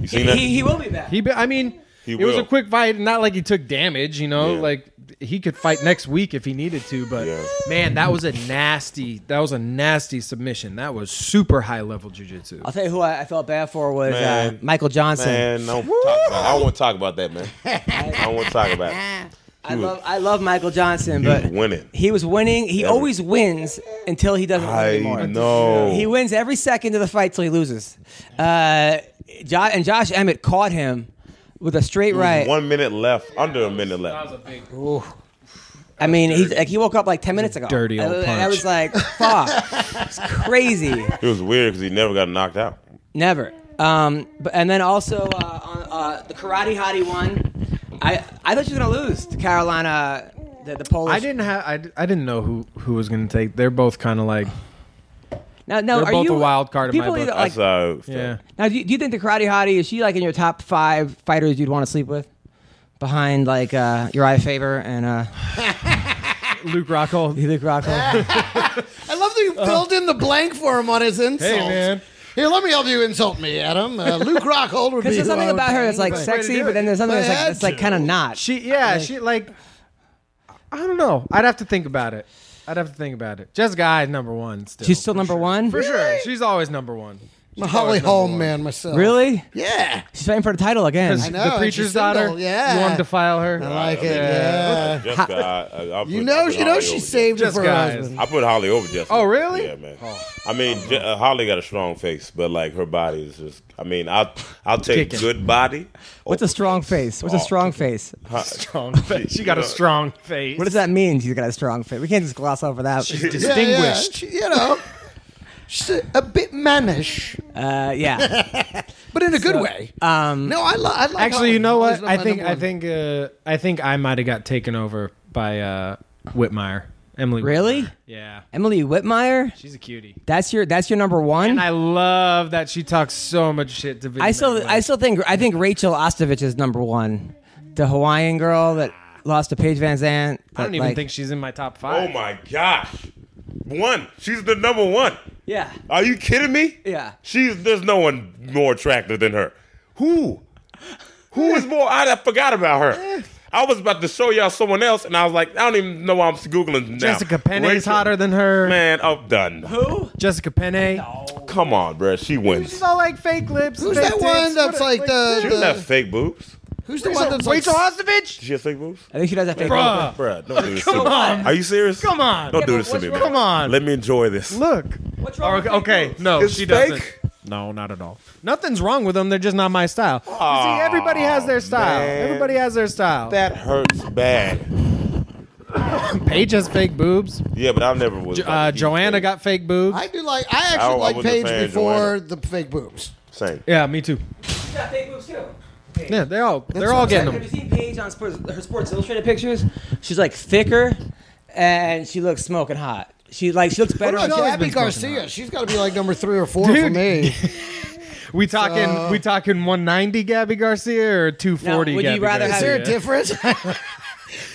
E: You seen that?
C: He, he will be back.
F: He, be- I mean,
E: He
F: it was a
E: will.
F: quick fight. Not like he took damage, you know.
E: Yeah.
F: Like he could fight next week if he needed to. But
E: Yeah.
F: man, that was a nasty. That was a nasty submission. That was super high level jujitsu.
C: I'll tell you who I, I felt bad for was uh,
E: Man.
C: Michael Johnson.
E: Man, don't talk about, I don't want to talk about that, man. I don't want to talk about
D: <laughs>
E: it.
C: I
E: He was-
C: love I love Michael Johnson,
E: He
C: but
E: was winning.
C: He was winning. He
E: Every-
C: always wins until he doesn't win
E: I
C: anymore.
E: know.
C: He wins every second of the fight till he loses. Uh, jo- and Josh Emmett caught him with a straight right.
E: One minute left, under a minute left.
C: I mean, he's like he woke up like ten minutes ago.
F: dirty old
C: I, and I
F: punch.
C: was like, fuck,
F: <laughs>
C: it's crazy.
E: It was weird because he never got knocked out.
C: Never. Um, but, and then also uh, on uh, the Karate Hottie one, I I thought she was gonna lose to Carolina, the, the Polish.
F: I didn't have. I, I didn't know who who was going to take. They're both kind
C: <laughs>
F: of like.
C: Now, now,
F: They're
C: are
F: both
C: you,
F: a wild card in my
C: people
F: book.
C: either,
E: I
C: Like,
E: saw.
F: Yeah.
C: Now, do you, do you think the Karate Hottie is she like in your top five fighters you'd want to sleep with, behind like uh, Uriah Faber and uh,
F: Luke Rockhold.
C: Luke Rockhold?
D: I love that you
C: Uh-huh.
D: filled in the blank for him on his insult.
F: man.
D: Here, let me help you insult me, Adam. Uh, Luke Rockhold would be.
C: Because there's
D: who I
C: something
D: would
C: about her
D: bang,
C: that's like
D: but-
F: Way to
C: sexy,
F: do
C: but
F: it.
C: then there's something that's
D: But I
C: like
D: had
C: it's like
D: to.
C: kind of not.
F: She yeah. she like. I don't know. I'd have to think about it. I'd have to think about it. Jessica I is number one still.
C: She's still number
F: sure.
C: one?
F: For sure. She's always number one.
D: I'm a Holly
F: number
D: Holm
F: one.
D: man myself.
C: Really?
D: Yeah.
C: She's fighting for the title again.
D: know, and
F: the
D: she's
F: preacher's
D: single,
F: daughter.
D: yeah.
F: You want to defile her?
D: I like it. Yeah.
E: Jessica, I, I, I put,
D: You
E: I
D: know,
E: put
D: you know,
E: Holly
D: she
E: over
D: saved it
F: Just
D: for her
F: guys.
D: husband.
E: Jessica. I put Holly over Jessica.
F: Oh, really?
E: Yeah, man. I mean, Je- uh, Holly got a strong face, but like her body is just. I mean, I'll I'll take
F: Kicking.
E: good body.
C: What's a strong face? What's a
E: Oh.
C: strong face?
F: <laughs> strong face. She got a strong face.
C: What does that mean? She's got a strong face. We can't just gloss over that.
D: Yeah, yeah,
F: Distinguished.
D: she- you know, she's a, a bit mannish,
C: Uh, yeah. <laughs>
D: but in a good way.
C: Um,
D: no, I, lo- I like.
F: Mm. Actually,
D: Holly.
F: you know
D: Holly's
F: what?
D: not
F: I
D: my
F: think
D: number
F: I
D: one.
F: think uh, I think I might have got taken over by uh, Whitmire. Emily.
C: Really?
F: Whitmire. Yeah.
C: Emily Whitmire.
F: She's a cutie.
C: That's your that's your number one.
F: And I love that she talks so much shit to Vince
C: I still,
F: McMahon.
C: I still think, I think Rachel Ostovich is number one, the Hawaiian girl that lost to Paige Van Zandt.
F: I don't
C: that,
F: even
C: like-
F: think she's in my top
E: Oh
F: five.
E: my gosh! One. She's the number one.
C: Yeah.
E: Are you kidding me?
C: Yeah.
E: She's there's no one more attractive than her. Who? Who
F: <laughs>
E: is more? I, I forgot about
F: Eh.
E: her. I was about to show y'all someone else, and I was like, I don't even know why I'm googling now.
F: Jessica Penne is
E: Rachel-
F: hotter than her.
E: Man, I'm done.
F: Jessica Penne.
E: Come on, bruh. She wins.
F: She's all like fake lips.
D: Who's
F: fake
D: that one
F: tits.
D: that's
F: What-
D: like the,
E: She doesn't have
D: the
E: fake boobs.
D: who's the one that's like
F: Rachel Hostovich?
E: She has fake boobs.
C: I think she does that fake.
F: Bruh.
E: Bruh, don't do this to
F: Come
E: me.
F: on.
E: Are you serious?
F: Come on.
E: Don't do this to me.
F: wrong?
E: bruh.
F: Come on.
E: Let me enjoy this.
F: Look.
C: What's wrong with fake
F: okay,
C: boobs?
F: no,
E: It's
F: she
E: fake?
F: doesn't. No, not at all. Nothing's wrong with them. They're just not my style. You see, everybody has their style.
E: man.
F: Everybody has their style.
E: That hurts bad.
F: Paige has fake boobs.
E: Yeah, but I never was.
F: Jo- Uh, Joanna got fake boobs.
D: I do like I
E: I- I
D: actually like
E: wasn't a
D: Paige
E: fan,
D: before
E: Joanna.
D: the fake boobs.
E: same.
F: yeah, me too.
C: She got fake boobs too.
F: Yeah, they're all they're all getting
C: Have you
F: them.
C: seen Paige on sports, her Sports Illustrated pictures? She's like thicker, and she looks smoking hot. She like she looks
D: What
C: better.
D: about
C: on-
D: Gabby Garcia? She's got to be like number three or four for
F: Dude. <laughs>
D: me.
F: We talking we talking 190 Gabby Garcia or 240
C: Now, would you
F: Gabby
C: rather
D: Is
C: have-
F: Garcia?
D: there a <laughs> difference?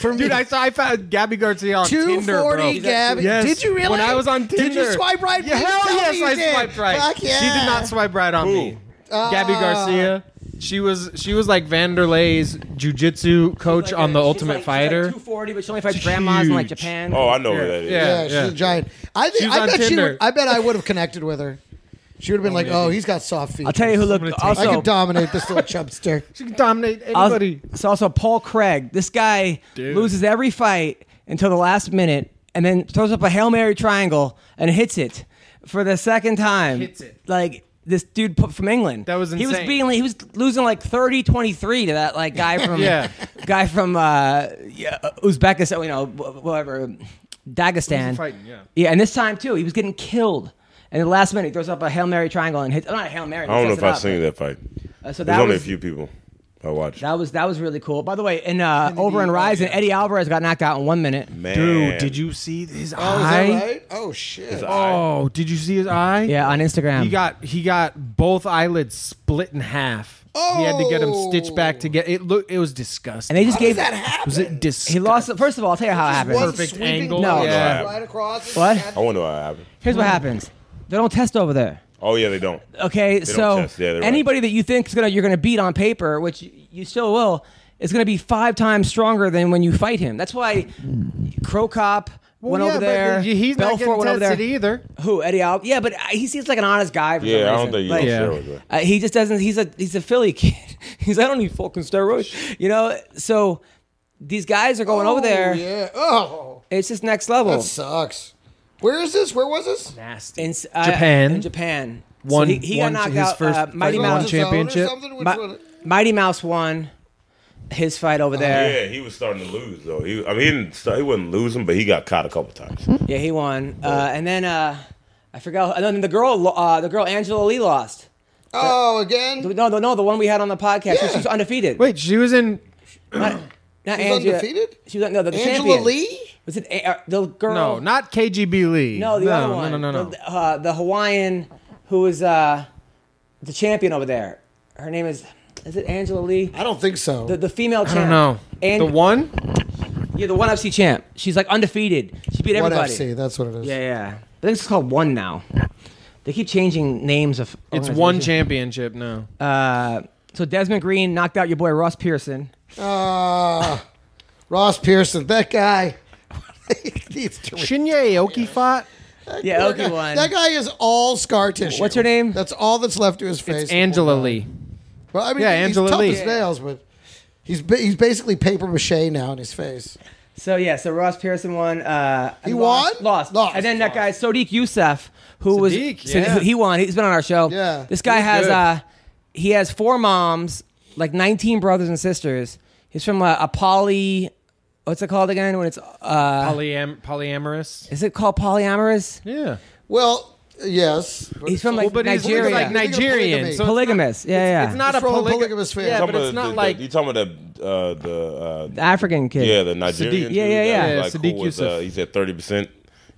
D: for me,
F: Dude, I saw I found Gabby Garcia on Tinder,
D: 240
F: bro.
D: Gabby.
F: Yes.
D: Did you really?
F: When I was on
D: Did you
F: Tinder.
D: swipe right?
F: Yeah,
D: Please
F: hell
D: tell me
F: yes,
D: you
F: I
D: did.
F: swiped right.
D: Fuck yeah. Uh,
F: She did not swipe right on me. Gabby Garcia. She was she was like Vanderlei's jujitsu coach
C: Like,
F: on
C: uh,
F: the
C: she's
F: Ultimate
C: like- she's
F: Fighter.
C: like 240, but she only fights grandmas in like
F: huge.
C: Japan.
E: Oh, I know who that is.
F: Yeah.
D: Yeah, she's a giant. I
F: She
D: think
F: was
D: I
F: on
D: bet she
F: Tinder.
D: would, I bet I would have connected with her. She would have been like, "Oh, he's got soft feet."
C: I'll tell you who looked
F: gonna take-
D: I
C: also.
D: could dominate this little <laughs> chubster.
F: she can dominate
C: I'll-
F: anybody.
C: So also Paul Craig. This guy loses every fight until the last minute, and then throws up a hail mary triangle and hits it for the second time.
F: Hits it.
C: like. This dude put from England.
F: That was
C: He was
F: insane.
C: being he was losing like 30-23 to that like guy from
F: <laughs> Yeah.
C: guy from uh, yeah, Uzbekistan, you know, wh- whatever, Dagestan.
F: fighting, yeah.
C: Yeah, and this time too, he was getting killed. And the last minute, he throws up a hail mary triangle and hits. Oh, not a hail mary.
E: I don't
C: sets
E: know if
C: it
E: I've
C: up.
E: seen that fight.
C: Uh, so
E: There's
C: that
E: only a
C: was,
E: few people I watch.
C: that was that was really cool. By the way, in uh, over
F: oh,
C: in Rise, and Eddie Alvarez got knocked out in one minute.
E: Man.
F: Dude, did you see his
D: Oh, is that
F: eye?
D: right? Oh shit!
F: Oh, did you see his eye?
C: Yeah, on Instagram.
F: He got he got both eyelids split in half. He had to get them stitched back
D: Oh.
F: together. It looked it was disgusting.
C: and they just
D: How
C: gave.
D: does that
F: was
D: happen?
F: it disgusting.
C: He lost. it- First of all, I'll tell you how it happened.
D: One
F: perfect
D: sweeping
F: angle?
D: blow
C: No.
E: Yeah.
D: right across.
C: What?
E: I wonder why I happened.
C: Here's what happens. They don't test over there.
E: Oh yeah, they don't.
C: Okay, so
E: test. Yeah, they're right.
C: anybody that you think is gonna you're gonna beat on paper, which y- you still will, is gonna be five times stronger than when you fight him. That's why Crow Cop went
F: yeah,
C: over
F: but
C: there.
F: He's
C: Belfort
F: not getting
C: went over there.
F: tested either.
C: Who Eddie Al? Yeah, but uh, he seems like an honest guy. For some
E: Yeah, I
C: reason.
E: don't think you
C: Like,
E: can
F: Yeah.
E: share with her.
C: Uh, he just doesn't. He's a he's a Philly kid. <laughs> he's I don't need fucking steroids. You know. So these guys are going over there.
D: Oh, Yeah. Oh,
C: It's just next level.
D: that sucks. Where is this? Where was this?
F: Nasty.
C: In, uh,
F: Japan.
C: In Japan. So
F: One-
C: he, he
F: one-
C: got knocked
F: his
C: out.
F: first
C: uh, Mighty
F: fight
D: Was this
F: won
C: Mouse.
F: champ- championship?
D: own or something? Which
C: Mi-
D: one?
C: Mighty Mouse won his fight
D: Oh,
C: over there.
E: Yeah, he was starting to lose though. He, I mean, he didn't. Start, he wasn't losing, but he got caught a couple times.
C: yeah. he won. Uh, and then uh, I forgot. And then the girl, lo- uh, the girl Angela Lee lost.
D: Oh, again.
C: No, no, no. The one we had on the podcast.
D: Yeah.
C: She's undefeated.
F: Wait, she was in
C: not
D: She was
C: Angela.
D: undefeated?
C: She was no, the
D: Angela
C: champion.
D: Lee?
C: Was it A- uh, the girl?
F: no, not KGB Lee.
C: No, the
F: no,
C: other one.
F: No, no, no, no.
C: The, uh, the Hawaiian who is uh, the champion over there. Her name is is it Angela Lee?
D: I don't think so.
C: The, the female
F: I
C: champ.
F: don't know.
C: And
F: the one?
C: yeah, the one FC champ. She's like undefeated. She beat
D: One
C: everybody.
D: FC. That's what it is.
C: Yeah, yeah. I think it's called One now. They keep changing names of.
F: It's one
C: organizations.
F: championship now.
C: Uh, so Desmond Green knocked out your boy Ross Pearson.
D: Ah, Ross Pearson, that guy. <laughs> he needs to re-
F: Shinya Aoki fought
C: Yeah,
D: Poor
C: Oki
D: guy.
C: won.
D: That guy is all scar tissue.
C: What's her name?
D: That's all that's left to his face.
F: Angela Lee.
D: Well, I mean,
F: Yeah,
D: he's
F: Angela
D: tough
F: Lee.
D: as nails, but he's ba- he's basically paper mache now in his face.
C: So yeah, so Ross Pearson won. Uh, and
D: He
C: lost,
D: won?
C: Lost.
D: Lost.
C: And then that guy Sodiq Youssef, who
F: Sadiq,
C: was
F: yeah.
C: he won. He's been on our show.
D: Yeah.
C: This guy
F: He's
C: has
F: good.
C: uh, he has four moms, like nineteen brothers and sisters. He's from uh, a, a poly. What's it called again? When it's uh,
F: Polyam- polyamorous.
C: is it called polyamorous?
F: Yeah.
D: Well, yes.
C: He's from like
F: well, but he's- he's
C: Nigeria.
F: like
D: Nigeria.
F: Nigerian. So
C: Polygamous. Yeah, yeah.
F: It's not
D: It's
F: a
D: from a
F: polyga-
D: polygamous family.
F: Yeah,
D: Some
F: but
E: Some of
F: it's
E: the-
F: not
E: the-
F: like <laughs>
E: you talking about the uh, the
C: the African
E: uh,
C: kid.
E: yeah the Nigerian.
F: Sadiq.
E: dude
C: Yeah, yeah,
E: that
C: yeah.
E: was, uh, Like,
F: Sadiq
E: cool with,
F: Yusuf.
E: uh, he's at thirty percent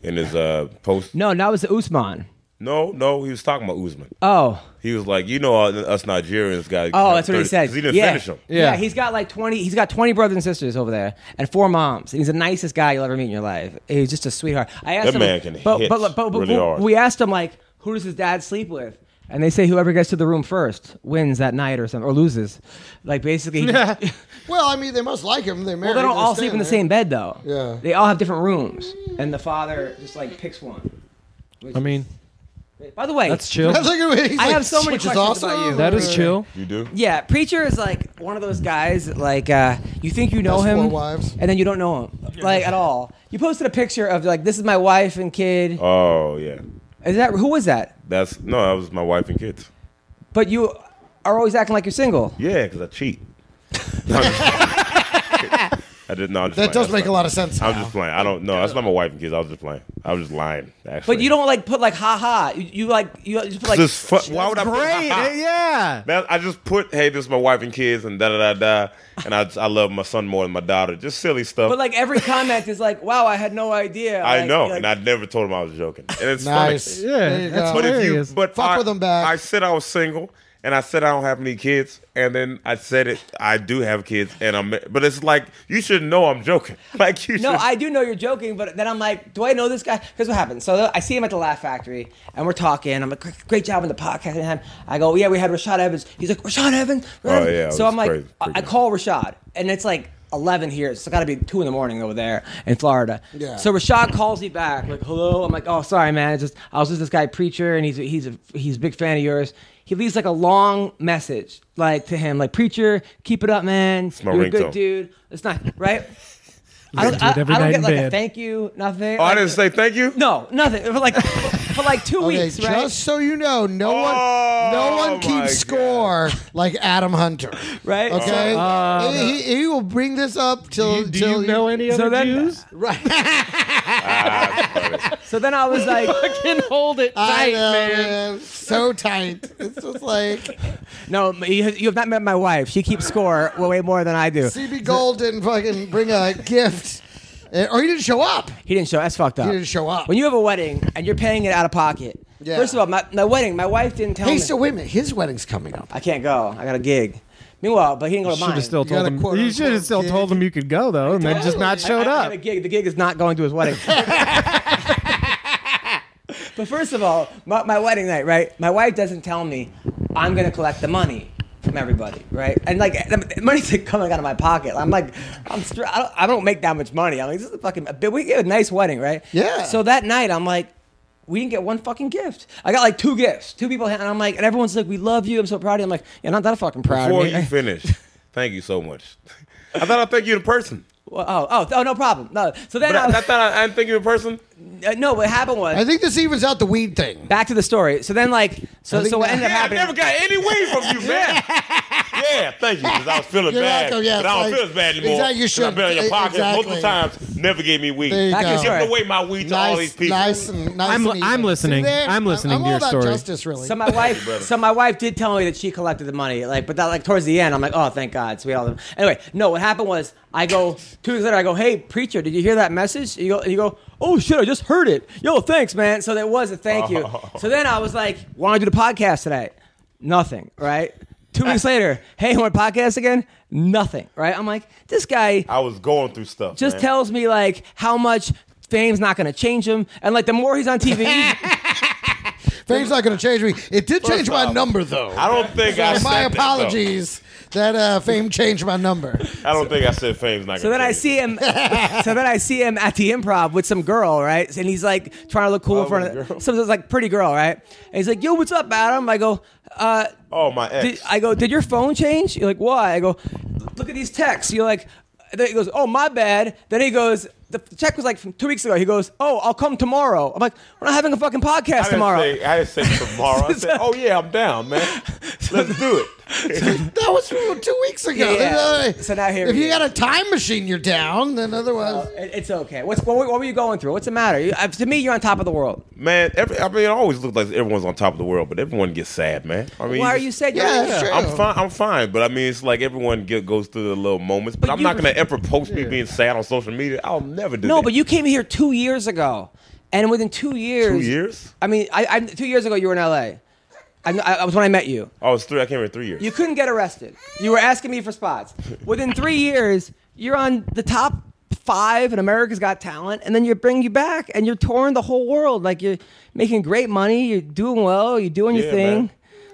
E: in his uh, post.
C: No, that was Usman.
E: No, no, he was talking about Usman.
C: Oh,
E: He was like, you know, us Nigerians got.
C: oh, that's what he said.
E: He didn't
C: yeah.
E: finish him.
C: Yeah.
F: Yeah.
C: he's got like twenty. He's got twenty brothers and sisters over there, and four moms. And he's the nicest guy you'll ever meet in your life. He's just a sweetheart. I asked
E: That
C: him,
E: man can
C: but,
E: hit
C: but, but, but
E: really
C: we-
E: hard.
C: we asked him like, who does his dad sleep with? And they say whoever gets to the room first wins that night or something, or loses. Like
F: <laughs>
C: basically, well, <laughs> they
D: Well, I mean, they must like him. They're married.
C: don't
D: they're
C: all sleep
D: staying
C: in the
D: there.
C: same bed though.
D: Yeah.
C: they all have different rooms, and the father just like picks one.
F: I mean,
C: By the way,
F: that's
D: <laughs>
F: chill.
D: That's like, he's
C: I
D: like,
C: have so many
D: switches
C: questions
D: also?
C: about you.
F: That is chill.
E: You do?
C: Yeah, preacher is like one of those guys. That, like uh, you think you know
D: Has
C: him,
D: four wives.
C: and then you don't know him, like at all. You posted a picture of like this is my wife and kid.
E: Oh yeah,
C: Is that who was that?
E: that's no. That was my wife and kids.
C: But you are always acting like you're single.
E: Yeah, because I cheat. <laughs> No, I'm just- I did not.
D: That does make a lot of sense.
E: I'm
D: now.
E: just playing. I don't know. That's not my wife and kids. I was just playing. I was just lying. Actually,
C: But you don't like put like ha ha. You, you like you just put like
E: This fu- why would I? put-
F: Great.
C: Ah.
F: eh, yeah.
E: That, I just put, hey, this is my wife and kids, and da da da da, and I, I love my son more than my daughter. Just silly stuff.
C: but like every comment is like wow I had no idea.
E: I
C: Like-
E: know,
C: like-
E: and I never told him I was joking, and it's
D: Nice.
E: funny.
F: Yeah,
D: There you
F: that's
D: go.
E: But if you,
F: Hilarious.
E: but
D: Fuck
E: I,
D: with 'em back.
E: I said I was single, and I said I don't have any kids, and then I said it. I do have kids, and I'm. But it's like you should know I'm joking. <laughs> Like you.
C: No,
E: should,
C: I do know you're joking, but then I'm like, do I know this guy? Because what happened? So I see him at the Laugh Factory, and we're talking. I'm like, "Great- great job on the podcast. And I go, yeah, we had Rashad Evans. He's like, Rashad Evans. Rashad
E: Oh,
C: Evans."
E: yeah, it
C: So
E: was
C: I'm like,
E: crazy.
C: I, I call Rashad, and it's like 11 here. It's got to be two in the morning over there in Florida.
D: Yeah.
C: So Rashad calls me back, like, hello. I'm like, oh, sorry, man. It's just I was just this guy preacher, and he's a, he's a, he's a big fan of yours. He leaves like a long message, like to him, like preacher, keep it up, man.
E: my
C: You're a good
E: ringtone.
C: dude. It's not right. I don't,
F: Listen to
C: I,
F: it every
C: I don't
F: night
C: get
F: in
C: like a
F: bed.
C: thank you, nothing.
E: Oh, I
C: Like,
E: didn't say thank you.
C: no, nothing for like for like two
D: Okay,
C: weeks,
D: just
C: right?
D: so you know, no
E: Oh,
D: one, no one
E: my
D: keeps score like Adam Hunter,
C: <laughs> Right. Uh,
D: Okay, he, he- he will bring this up till
F: Do
D: till
F: you know any other
C: So then-
F: Jews?
C: So then I was like,
F: Fucking hold it
D: I
F: tight,
D: know,
F: man.
D: man. So tight. It's just like
C: no, you, you have not met my wife. She keeps score way more than I do.
D: CB Gold didn't fucking bring a gift, Eh, or he didn't show up.
C: He didn't show. That's fucked up.
D: He didn't show up.
C: When you have a wedding and you're paying it out of pocket.
D: Yeah.
C: First of all, my, my wedding, my wife didn't tell
D: Hey,
C: me.
D: so wait a minute. His wedding's coming up.
C: I can't go. I got a gig. Meanwhile, but he didn't go to
F: Should
C: mine.
F: have still
D: You got
F: told
D: a
F: him.
D: quote,
F: You
D: unquote,
F: should have still
D: gig.
F: told him you could go though, and then just not
C: I-
F: showed
C: I,
F: up.
C: got a gig. The gig is not going to his
F: <laughs>
C: wedding. but first of all, my, my wedding night, right? My wife doesn't tell me I'm going to collect the money from everybody, right? And like the money's like coming out of my pocket. I'm like, I'm str- I, don't, I don't make that much money. I'm like, this is a fucking. But we get a nice wedding, right?
D: Yeah.
C: So that night, I'm like. We didn't get one fucking gift. I got like two gifts. Two people, and I'm like, and everyone's like, "We love you." I'm so proud of you. I'm like, "Yeah, not that fucking proud."
E: Before
C: of me.
E: you finish, thank you so much. <laughs> I thought I'd thank you
C: <laughs>
E: in person,
C: oh, oh, oh, no problem. No. So then,
E: but I,
C: I, was-
E: I thought I, I didn't thank you in person.
C: uh, no. What happened was,
D: I think this evens out the weed thing.
C: back to the story. So then, like, so
D: I think
C: so what
D: that-
C: ended up
E: Yeah, I
C: happening?
E: never got any weed from you,
D: <laughs>
E: man. yeah, thank you. Because I was feeling
D: You're
E: bad.
D: welcome, yes,
E: but I don't
D: like-
E: feel as bad anymore.
D: Exactly, you
E: 'cause I've
D: shouldn't.
E: been in your
D: E-
E: pocket multiple
D: exactly.
E: times. Never gave me weed.
D: There you
C: Back
D: go.
C: is
E: Giving
C: Sorry.
E: away my weed <laughs> to all these
D: Nice,
E: people.
D: nice, and nice.
F: I'm-
D: and even.
F: I'm listening.
D: See there?
F: I'm listening
D: I'm
F: to
D: all
F: your
D: about
F: story.
D: Justice, really.
E: <laughs>
C: so my wife,
E: brother.
C: so my wife did tell me that she collected the money, like, but that like towards the end, I'm like, oh, thank God, so we all. Anyway, no, what happened was, I go two weeks later, I go, hey, preacher, did you hear that message? You go, you go, oh shit, I just heard it. Yo, thanks, man. So there was a thank you.
E: Oh.
C: So then I was like, want to do the podcast tonight? Nothing, right? Two weeks later, hey, want podcast again? Nothing, right? I'm like, this guy
E: I was going through stuff.
C: just
E: Ah, man.
C: tells me like how much fame's not going to change him, and like the more he's on
E: <laughs>
C: TV,
D: Fame's not going to change me. It did change my
E: off,
D: number, though.
E: I don't think I said
D: my
E: that, though.
D: apologies that, uh, Fame changed my number.
E: I don't think I said fame's not.
C: So then I see
E: <laughs>
C: him. so then I see him at the improv with some girl, right? And he's like trying to look cool in
E: Oh,
C: front
E: girl.
C: of some like pretty girl, right? And he's like, "Yo, what's up, Adam?" I go, uh,
E: Oh my ex.
C: did, "I go, did your phone change?" You're like, "Why?" I go, "Look at these texts." You're like, then he goes, "Oh, my bad." Then he goes. The check was like from two weeks ago. He goes, "Oh, I'll come tomorrow." I'm like, "We're not having a fucking
E: I
C: podcast
E: didn't
C: tomorrow."
E: Say, I didn't say tomorrow. I said, "Oh yeah, I'm down, man. Let's do
C: <laughs>
E: it."
D: That was from two weeks ago.
C: Yeah.
D: Uh,
C: So now here
D: If
C: he
D: you
C: is.
D: got a time machine, you're down. Then otherwise,
C: Uh, It- It's okay. What's what, were- what were you going through? What's the matter? You, uh, to me, you're on top of the world.
E: man, every, I mean, it always looks like everyone's on top of the world, but everyone gets sad, man. I mean,
C: Why are
E: just-
C: you saying?
D: yeah,
C: you're
D: that's true.
E: I'm fine. I'm fine, but I mean, it's like everyone get, goes through the little moments. But,
C: But
E: I'm
C: you
E: not
C: were-
E: gonna ever post me being sad on social media. I'll never do that.
C: No, but you came here two years ago. And within two years,
E: Two years?
C: I mean, I, I two years ago you were in L.A. I, I, I was when I met you.
E: Oh, it's three. I can't remember three years.
C: You couldn't get arrested. You were asking me for spots. Within three years, you're on the top five in America's Got Talent, and then you bring you back, and you're touring the whole world. Like you're making great money, you're doing well, you're doing your
E: Yeah,
C: thing.
E: man.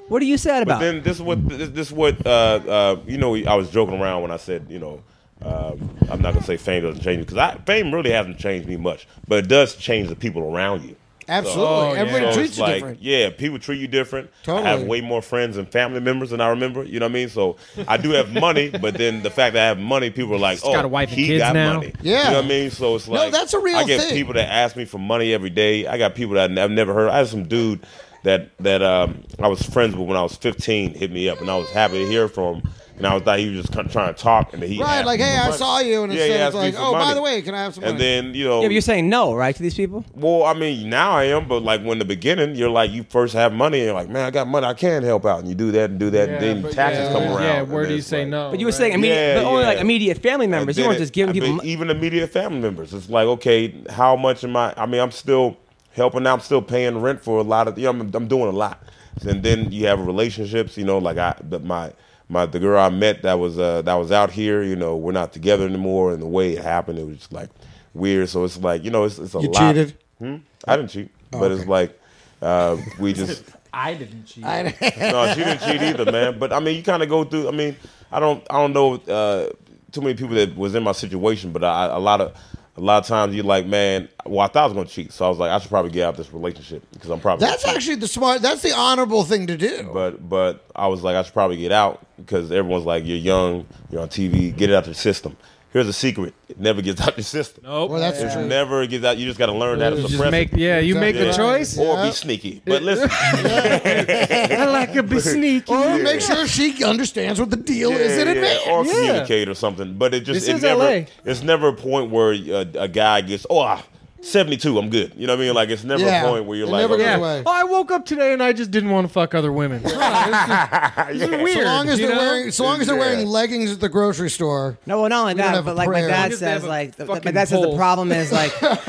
C: What are you sad
E: But
C: about?
E: then this is what this, this is what uh, uh, you know. I was joking around when I said you know um, I'm not gonna say fame doesn't change because I fame really hasn't changed me much, but it does change the people around you.
D: Absolutely.
F: Oh, yeah.
D: Everybody
E: So
D: treats
E: it's
D: you
E: like,
D: different.
E: Yeah, people treat you different. I
D: Totally.
E: have way more friends and family members than I remember. You know what I mean? So I do have
D: <laughs>
E: money, but then the fact that I have money, people are like, "Oh,
F: got a wife and
E: he
F: kids
E: got
F: now."
E: money."
D: Yeah.
E: you know what I mean? So it's like,
D: that's a real
E: I get
D: thing.
E: people that ask me for money every day. I got people that I've never heard. I had some dude that that um, I was friends with when I was 15 hit me up, and I was happy to hear from him. And I was thought he was just kind of trying to talk, and he
D: Right,
E: asked
D: like,
E: me for
D: hey, I
E: money.
D: saw you, and
E: Yeah,
D: instead
E: he
D: it's
E: asked me
D: like,
E: for
D: oh, by
E: money.
D: the way, can I have some
E: And
D: money?
E: then you know,
C: yeah, but you're saying no, right, to these people?
E: well, I mean, now I am, but like when the beginning, you're like, you first have money, and you're like, man, I got money, I can help out, and you do that and do that,
F: Yeah,
E: and then
F: but
E: taxes
F: yeah,
E: come
F: yeah,
E: around.
F: Yeah,
E: and
F: where do
E: then
F: you
E: it's
F: say
E: like-
F: no?
C: But you were saying
F: right?
C: immediate,
E: Yeah,
C: but only
E: yeah.
C: like immediate family
E: And
C: members. You
E: then
C: weren't
E: it-
C: just giving
E: I
C: people.
E: mean,
C: mon-
E: even immediate family members. It's like, okay, how much am I? I mean, I'm still helping out. I'm still paying rent for a lot of. You know, I'm, I'm doing a lot. And then you have relationships. You know, like I, the, my my the girl I met that was uh that was out here. You know, we're not together anymore. And the way it happened, it was just like weird. So it's like you know, it's it's a
D: You
E: lot.
D: cheated?
E: Hmm? I didn't cheat,
C: Oh,
E: but it's like uh
C: <laughs>
E: we just.
F: I didn't cheat.
E: no, she didn't cheat either, man. But I mean, you kind of go through. I mean, I don't, I don't know uh, too many people that was in my situation, but I, a lot of, a lot of times you're like, man, well, I thought I was gonna cheat, so I was like, I should probably get out of this relationship because I'm probably.
D: that's
E: gonna cheat.
D: actually the smart, that's the honorable thing to do.
E: But but I was like, I should probably get out because everyone's like, you're young, you're on TV, get it out your system. Here's a secret: it never gets <laughs> out your system.
F: Nope.
D: well, that's
E: It
D: true.
E: never gets out. You just got to learn how to
F: You
E: suppress
F: Oh. just make
E: it.
F: yeah, you make the
E: Yeah.
F: choice.
E: or
D: Yeah.
E: be sneaky. But listen,
F: <laughs> I like to be sneaky.
D: Or make sure she understands what the deal Oh, is in advance.
E: Or
F: Yeah.
E: communicate or something. But it just
F: This
E: it
F: is
E: never
F: LA.
E: it's never a point where a, a guy gets oh ah, 72, I'm good. You know what I mean? Like it's never
D: Yeah.
E: a point where you're
D: It
E: like
D: never goes
E: okay,
F: yeah.
D: away.
F: Oh, I woke up today and I just didn't want to fuck
D: <laughs>
F: other women.
E: yeah.
D: So long as
F: you
D: they're
F: know?
D: wearing, so long as they're
E: Yeah.
D: wearing leggings at the grocery store.
C: no, well, not only
D: don't
C: that,
D: have
C: but
D: a
C: like my
D: prayer.
C: dad
F: Because they have
C: says,
F: a
C: like the, my
F: fucking
C: dad says the
F: pole.
C: problem is
F: <laughs>
C: like
D: <laughs>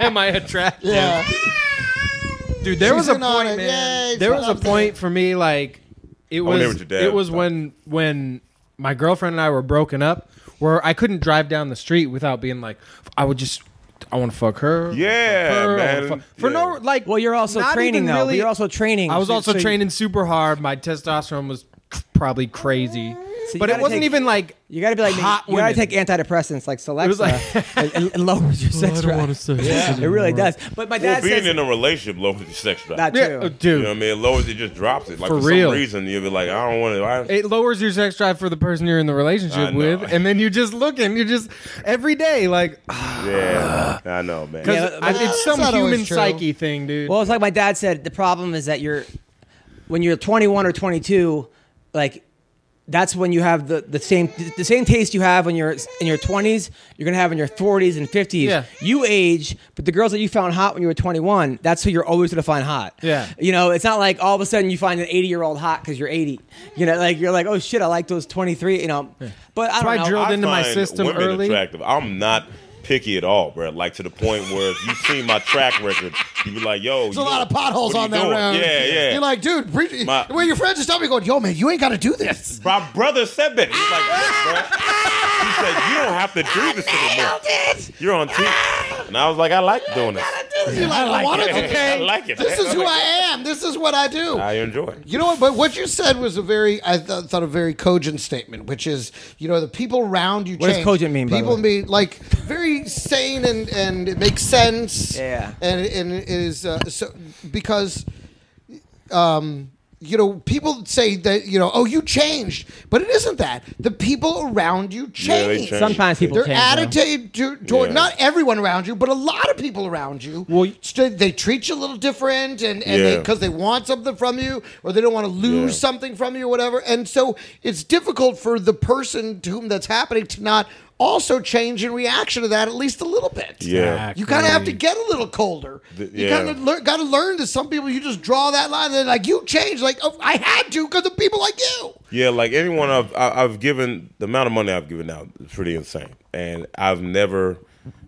F: Am I attractive?
D: Yeah,
F: Dude, there
D: She's
F: was a
D: in on
F: point,
D: it.
F: man.
D: Yay,
F: there was a
D: something.
F: point for me, like it
E: wonder
F: was.
E: what your dad
F: It was
E: thought.
F: when when my girlfriend and I were broken up, where I couldn't drive down the street without being like, I would just, I want to fuck her. I wanna
E: Yeah,
F: fuck her, I wanna
E: man.
F: fuck- for no
E: Yeah.
F: like.
C: Well, you're also
F: not
C: training
F: even
C: though.
F: really-
C: but you're also training.
F: I was
C: So-
F: also
C: so you-
F: training super hard. My testosterone was probably crazy,
C: you
F: but it
C: gotta
F: wasn't
C: take-
F: even like
C: You gotta be like
F: hot
C: you gotta
F: women.
C: take antidepressants like Celexa.
F: like-
C: it, it
F: <laughs>
C: lowers your sex drive. <laughs>
F: say.
C: It really does. But my
E: Well,
C: dad
E: being
C: says
E: in a relationship lowers your sex drive.
C: that too.
F: Yeah, uh,
E: you
F: dude.
E: know what I mean? It lowers it just drops it. Like
F: For
E: for,
F: real.
E: some reason you'll be like, I don't want to I,
F: it lowers your sex drive for the person you're in the
E: I
F: relationship
E: know.
F: with, and then you're just looking, you're just every day like,
E: Yeah. I know, man.
C: Yeah,
F: I- it's some
D: not always
F: human
D: true.
F: psyche thing, dude.
C: Well, it's like my dad said. The problem is that you're when you're 21 or 22, like that's when you have the, the same the same taste you have when you're in your 20s. You're gonna have in your 40s and 50s.
F: Yeah.
C: You age, but the girls that you found hot when you were 21, that's who you're always gonna find hot.
F: Yeah.
C: You know, it's not like all of a sudden you find an 80 year old hot because you're 80. You know, like you're like, oh shit, I like those 23. You know, but I
F: why
C: don't
F: I
C: know.
F: drilled
E: I
F: into my
E: find
F: system
E: women
F: early.
E: attractive. I'm not picky at all, bro. Like to the point where if you see my track record, you be like, yo,
D: there's a lot of potholes on that road.
E: Yeah, yeah.
D: You're like, dude, pre-
E: My-
D: well, your friends are stopping going, yo, man, you ain't got to do this.
E: My brother said that. He's like, "Look, bro. He said, you don't have to do this anymore. You're on TV. And I was like, I like doing this.
D: You're like, I, wanted
E: it.
D: to.
E: I like it.
D: This
E: man.
D: is who I am. This is what I do.
E: I enjoy it.
D: You know what? But what you said was a very, I th- thought, a very cogent statement, which is, you know, the people around you.
C: What does
D: change.
C: cogent mean, by the
D: People
C: way?
D: mean like very sane and and it makes sense.
C: Yeah.
D: And and it is uh, so because, um, you know, people say that you know, oh, you changed, but it isn't that. The people around you change.
E: Yeah, they change.
C: Sometimes people
D: Their
C: change, though.
D: attitude to, toward
E: Yeah.
D: not everyone around you, but a lot of people around you.
F: Well, y-
D: st- they treat you a little different, and and
E: Yeah.
D: because they, want something from you, or they don't want to lose
E: Yeah.
D: something from you, or whatever. And so it's difficult for the person to whom that's happening to not also change in reaction to that at least a little bit.
E: Yeah.
D: You kind of have to get a little colder.
E: Th-
D: You
E: yeah.
D: kind of lear- got to learn that some people you just draw that line. They're like, "You changed." Like, oh, I had to because of people like you.
E: Yeah, like anyone I've I- I've given the amount of money I've given out is pretty insane, and I've never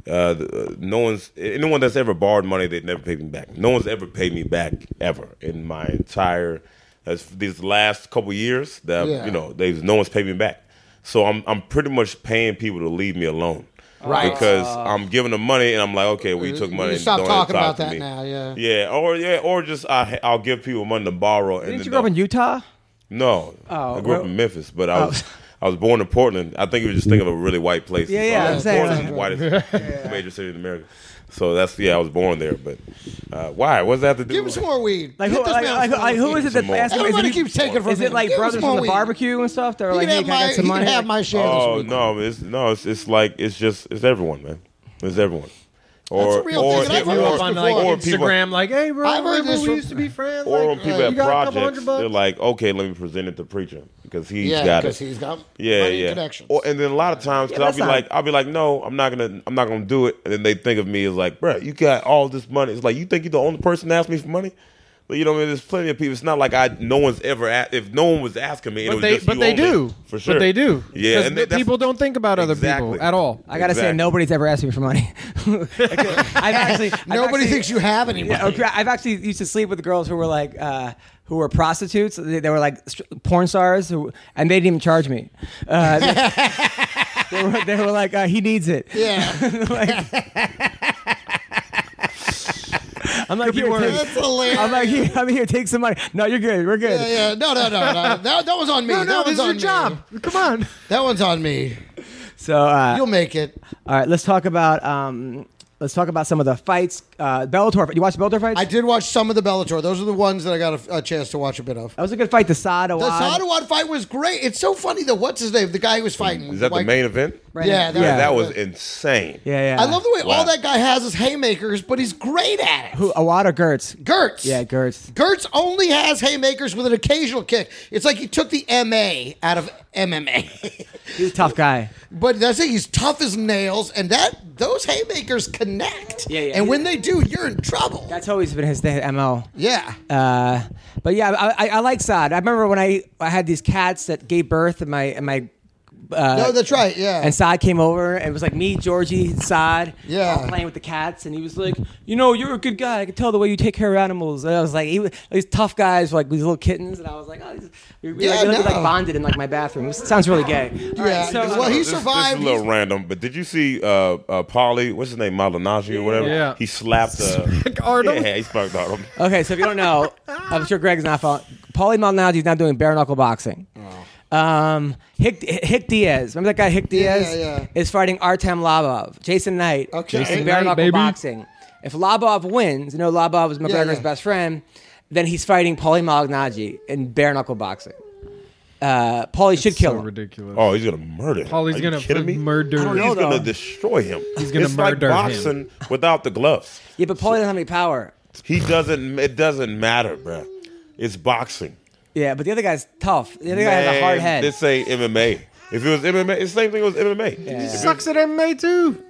E: Uh, the- uh, no one's anyone that's ever borrowed money they've never paid me back. No one's ever paid me back ever in my entire that's these last couple years that
D: Yeah.
E: you know they no one's paid me back. So I'm I'm pretty much paying people to leave me alone.
D: Right. Uh,
E: Because I'm giving them money and I'm like, okay, well you took
D: You
E: money. and
D: stop
E: don't
D: talking
E: talk
D: about
E: to
D: that
E: me.
D: now, yeah.
E: Yeah, or yeah, or just I, I'll give people money to borrow. And
C: Didn't
E: then
C: you grow up
E: they'll-
C: in Utah?
E: no,
C: Oh,
E: I grew
C: well-
E: up
C: oh.
E: in Memphis, but I was I was born in Portland. I think you were just thinking of a really white place.
C: Yeah, yeah, I'm saying,
E: Portland's the whitest major city in America. So that's yeah, I was born there. But uh, why? What does that have to do?
D: Give him
E: with-
D: some more weed.
C: Like,
D: Get
C: who,
D: this
C: like,
D: man
C: like,
D: some
C: like, who
D: weed.
C: is it that's
E: Some more.
C: asking? is
D: Everybody
C: it-
D: keeps taking from
C: Is
D: me.
C: it like
D: Give us
C: brothers
D: more
C: from the
D: weed.
C: barbecue and stuff? They're
D: He
C: like,
D: can
C: hey,
D: have
C: can I
D: my,
C: get
D: he
C: some
D: can
C: money?
D: have
C: Like,
D: my share this
E: Oh
D: week.
E: no, it's no, it's, it's like it's just it's everyone, man. It's everyone. Or
D: That's a real
E: or
D: thing, and I've
E: or,
D: heard this
F: up on like
E: or
D: before.
E: people
F: Instagram, like, hey, bro,
D: I've heard
F: remember
D: this
F: we
D: from-
F: used to be friends.
E: or when
F: like,
E: people
F: uh,
E: have
F: you got a couple
E: projects,
F: hundred bucks?
E: they're like, okay, let me present it to preacher because he's
D: Yeah,
E: got it.
D: because he's got
E: yeah,
D: money
E: yeah.
D: and connections.
E: Or, and then a lot of times,
C: Yeah,
E: because I'll
C: that's
E: be
C: not-
E: like, I'll be like, no, I'm not gonna, I'm not gonna do it. And then they think of me as like, bruh, you got all this money. It's like you think you're the only person that asked me for money. But you know, what I mean, there's plenty of people. It's not like I, no one's ever asked. If no one was asking me, and it
F: but
E: was
F: they,
E: just
F: but
E: you
F: they
E: only,
F: do,
E: for sure.
F: But they do,
E: Yeah,
F: 'Cause
E: and that- that's-
F: people don't think about other
E: Exactly.
F: people at all.
C: I gotta say,
E: Exactly.
C: nobody's ever asked me for
D: <laughs>
C: money. I've actually I've
D: Nobody
C: actually-
D: thinks you have any
C: <laughs>
D: money.
C: Yeah, okay, I've actually used to sleep with girls who were like, uh, who were prostitutes. They, they were like st- porn stars, who, and they didn't even charge me. Uh,
D: <laughs>
C: they, they were, they were like, uh, he needs it.
D: Yeah,
C: <laughs> Like- I'm like, here,
D: that's
C: take,
D: hilarious.
C: <laughs> I'm like, here, I'm here, take some money. No, you're good. We're good.
D: yeah, yeah. No, no, no,
C: <laughs>
D: no. That, that was on me.
F: No, no,
D: that
F: this
D: one's
F: is your
D: on me.
F: job. Come on.
D: That one's on me.
C: So, uh,
D: You'll make it.
C: all right, let's talk about. Um, Let's talk about some of the fights. Uh, Bellator. You watch Bellator fights?
D: I did watch some of the Bellator. Those are the ones that I got a, a chance to watch a bit of.
C: that was a good fight. The Saad
D: The
C: Awad.
D: Sadawad fight was great. It's so funny though. What's his name? The guy who was fighting.
E: Is that the
D: Like-
E: main event?
C: Right
D: Yeah,
C: now.
D: that-
E: Yeah,
C: yeah.
E: that was insane.
C: yeah, yeah.
D: I love the way all
E: Wow.
D: that guy has is haymakers, but he's great at it.
C: Who, Awad or Gertz?
D: Gertz.
C: Yeah, Gertz.
D: Gertz only has haymakers with an occasional kick. It's like he took the MA out of MMA.
C: He's a tough guy.
D: <laughs> but that's it. He's tough as nails, and that those haymakers connect.
C: Yeah, yeah.
D: And when they do, you're in trouble.
C: That's always been his thing, MO.
D: yeah.
C: Uh, but yeah, I, I, I like Saad. I remember when I, I had these cats that gave birth and my and my uh,
D: no, that's right. Yeah.
C: and Saad came over and it was like me, Georgie, Saad,
D: Yeah.
C: all playing with the cats, and he was like, you know, you're a good guy. I can tell the way you take care of animals. And I was like, he was, these tough guys were like these little kittens, and I was like, oh, these- we, we,
D: Yeah,
C: like, we looked
D: no.
C: like bonded in like my bathroom. It sounds really gay. All right,
D: Yeah,
C: so-
D: well, he
E: Uh, This-
D: survived.
E: This is a little random, but did you see uh, uh, Polly? What's his name? Malinaji or whatever.
F: Yeah.
E: He slapped. Uh,
F: Artem.
E: Yeah, he sparked Artem.
C: Okay, so if you don't
D: <laughs>
C: know, I'm sure Greg's not following. Paulie Maldonado is now doing bare knuckle boxing. Um, Hick, Hick Diaz, remember that guy Hick
D: Oh. Yeah,
C: Diaz
D: yeah.
C: is fighting Artem Labov, Jason Knight,
D: Okay.
C: in
D: Jason
C: bare
F: Knight,
C: knuckle
F: baby.
C: boxing. If Labov wins, you know Labov is McGregor's
D: yeah.
C: best friend, then he's fighting Paulie Malignaggi in bare knuckle boxing. Uh, Paulie should kill
F: So
C: him.
F: ridiculous.
E: Oh, he's gonna murder. him.
F: Paulie's
E: Are you
F: gonna
E: kidding me?
F: murder I don't
E: He's
C: know,
E: gonna
C: though.
E: destroy him. He's
F: gonna
E: it's
F: murder him.
E: like boxing without the gloves.
C: Yeah, but Paulie doesn't have any power.
E: He doesn't. It doesn't matter, bruh. It's boxing.
C: Yeah, but the other guy's tough. The other guy has a hard
E: Man,
C: head.
E: This ain't MMA. If it was MMA, it's the same thing. It was MMA.
F: He sucks at MMA too.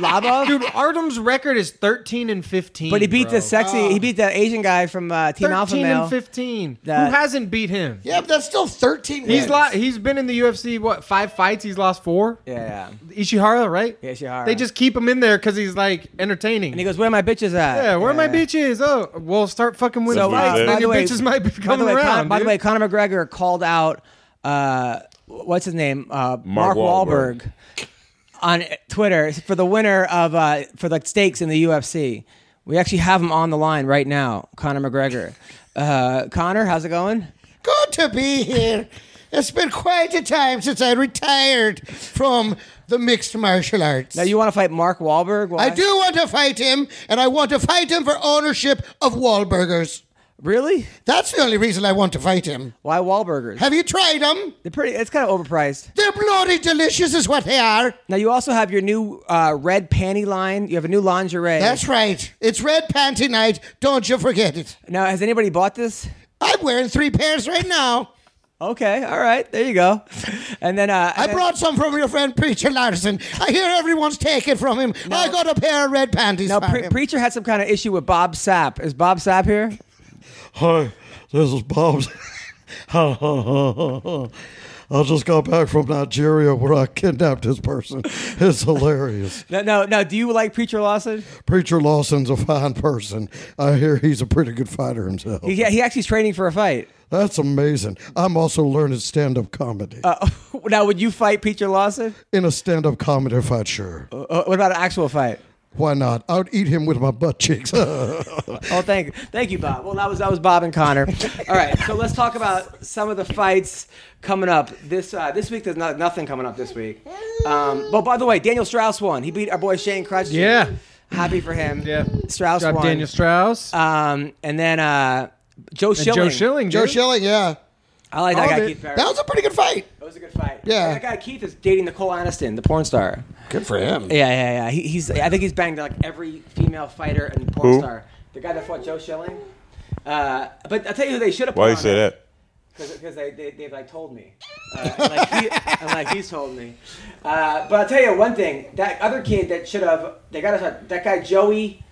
C: Labov,
F: <laughs> Dude, Artem's record is 13 and 15.
C: but he beat
F: bro.
C: the sexy.
D: Uh,
C: He beat that Asian guy from uh, Team
F: 13
C: Alpha Male.
F: and 15.
C: That-
F: Who hasn't beat him?
D: yeah, but that's still 13
F: He's
D: wins.
F: lo- he's been in the UFC what five fights? He's lost four.
C: Yeah.
F: Ishihara, right?
C: Yeah, Ishihara.
F: They just keep him in there because he's like entertaining.
C: And he goes, "Where are my bitches at?"
F: yeah, where are my bitches? Oh, well, start fucking winning
E: So, uh,
F: fights.
E: by
F: then
E: the
F: your
C: way-
F: bitches might be
C: By the
F: coming
C: way,
F: around.
C: Con- by the
F: dude.
C: way, Conor McGregor called out uh, what's his name, uh, Mark,
E: Mark
C: Wahlberg.
E: Wahlberg.
C: on Twitter for the winner of uh, for like stakes in the UFC. We actually have him on the line right now, Conor McGregor. Uh, Conor, how's it going?
D: Good to be here. It's been quite a time since I retired from the mixed martial arts.
C: Now you want to fight Mark Wahlberg? Why?
D: I do want to fight him, and I want to fight him for ownership of Wahlburgers.
C: Really?
D: That's the only reason I want to fight him.
C: Why Wahlburgers?
D: Have you tried them?
C: They're pretty. It's kind of overpriced.
D: They're bloody delicious, is what they are.
C: Now you also have your new uh, red panty line. You have a new lingerie.
D: That's right. It's Red Panty Night. Don't you forget it.
C: now has anybody bought this?
D: I'm wearing three pairs right now.
C: Okay, all right, there you go. And then uh,
D: I brought some from your friend Preacher Larson. I hear everyone's taking from him. I got a pair of red panties.
C: now
D: for
C: Pre-
D: him.
C: preacher had some kind of issue with Bob Sapp. Is Bob Sapp here?
G: Hi, this is Bob's. Ha, ha, ha, ha, ha. <laughs> I just got back from Nigeria where I kidnapped this person. It's hilarious.
C: No, no, no. Do you like Preacher Lawson?
G: Preacher Lawson's a fine person. I hear he's a pretty good fighter himself.
C: He, he actually's training for a fight.
G: That's amazing. I'm also learning stand up comedy.
C: Uh, Now, would you fight Preacher Lawson?
G: In a stand up comedy fight, sure.
C: Uh, what about an actual fight?
G: Why not? I would eat him with my
D: <laughs>
G: butt cheeks.
C: Oh, thank, thank you, Bob. Well, that was that was Bob and Connor. All right, so let's talk about some of the fights coming up this uh, this week. There's not, nothing coming up this week. Um, but by the way, Daniel Strauss won. He beat our boy Shane Crutch.
F: Yeah.
C: happy for him.
F: Yeah.
C: Strauss
F: Drop
C: won.
F: Daniel Strauss.
C: um, and then uh, Joe
F: and
C: Schilling.
F: Joe Schilling.
D: Joe
F: dude.
D: Schilling, yeah.
C: I like that
F: Called
C: guy,
F: it.
C: Keith Barrett.
D: That was a pretty good fight.
C: That was a good fight.
D: Yeah.
C: that guy Keith is dating Nicole Aniston, the porn star.
D: Good for him.
C: Yeah, yeah, yeah. He, he's. I think he's banged like every female fighter and porn
E: Who?
C: star. The guy that fought Joe Schilling. Uh, but I'll tell you who they should have.
E: Why you say that?
C: Because they, they they've like told me. Uh, and, like he, and like he's told me. Uh, but I'll tell you one thing. That other kid that should have. They got to. That guy Joey,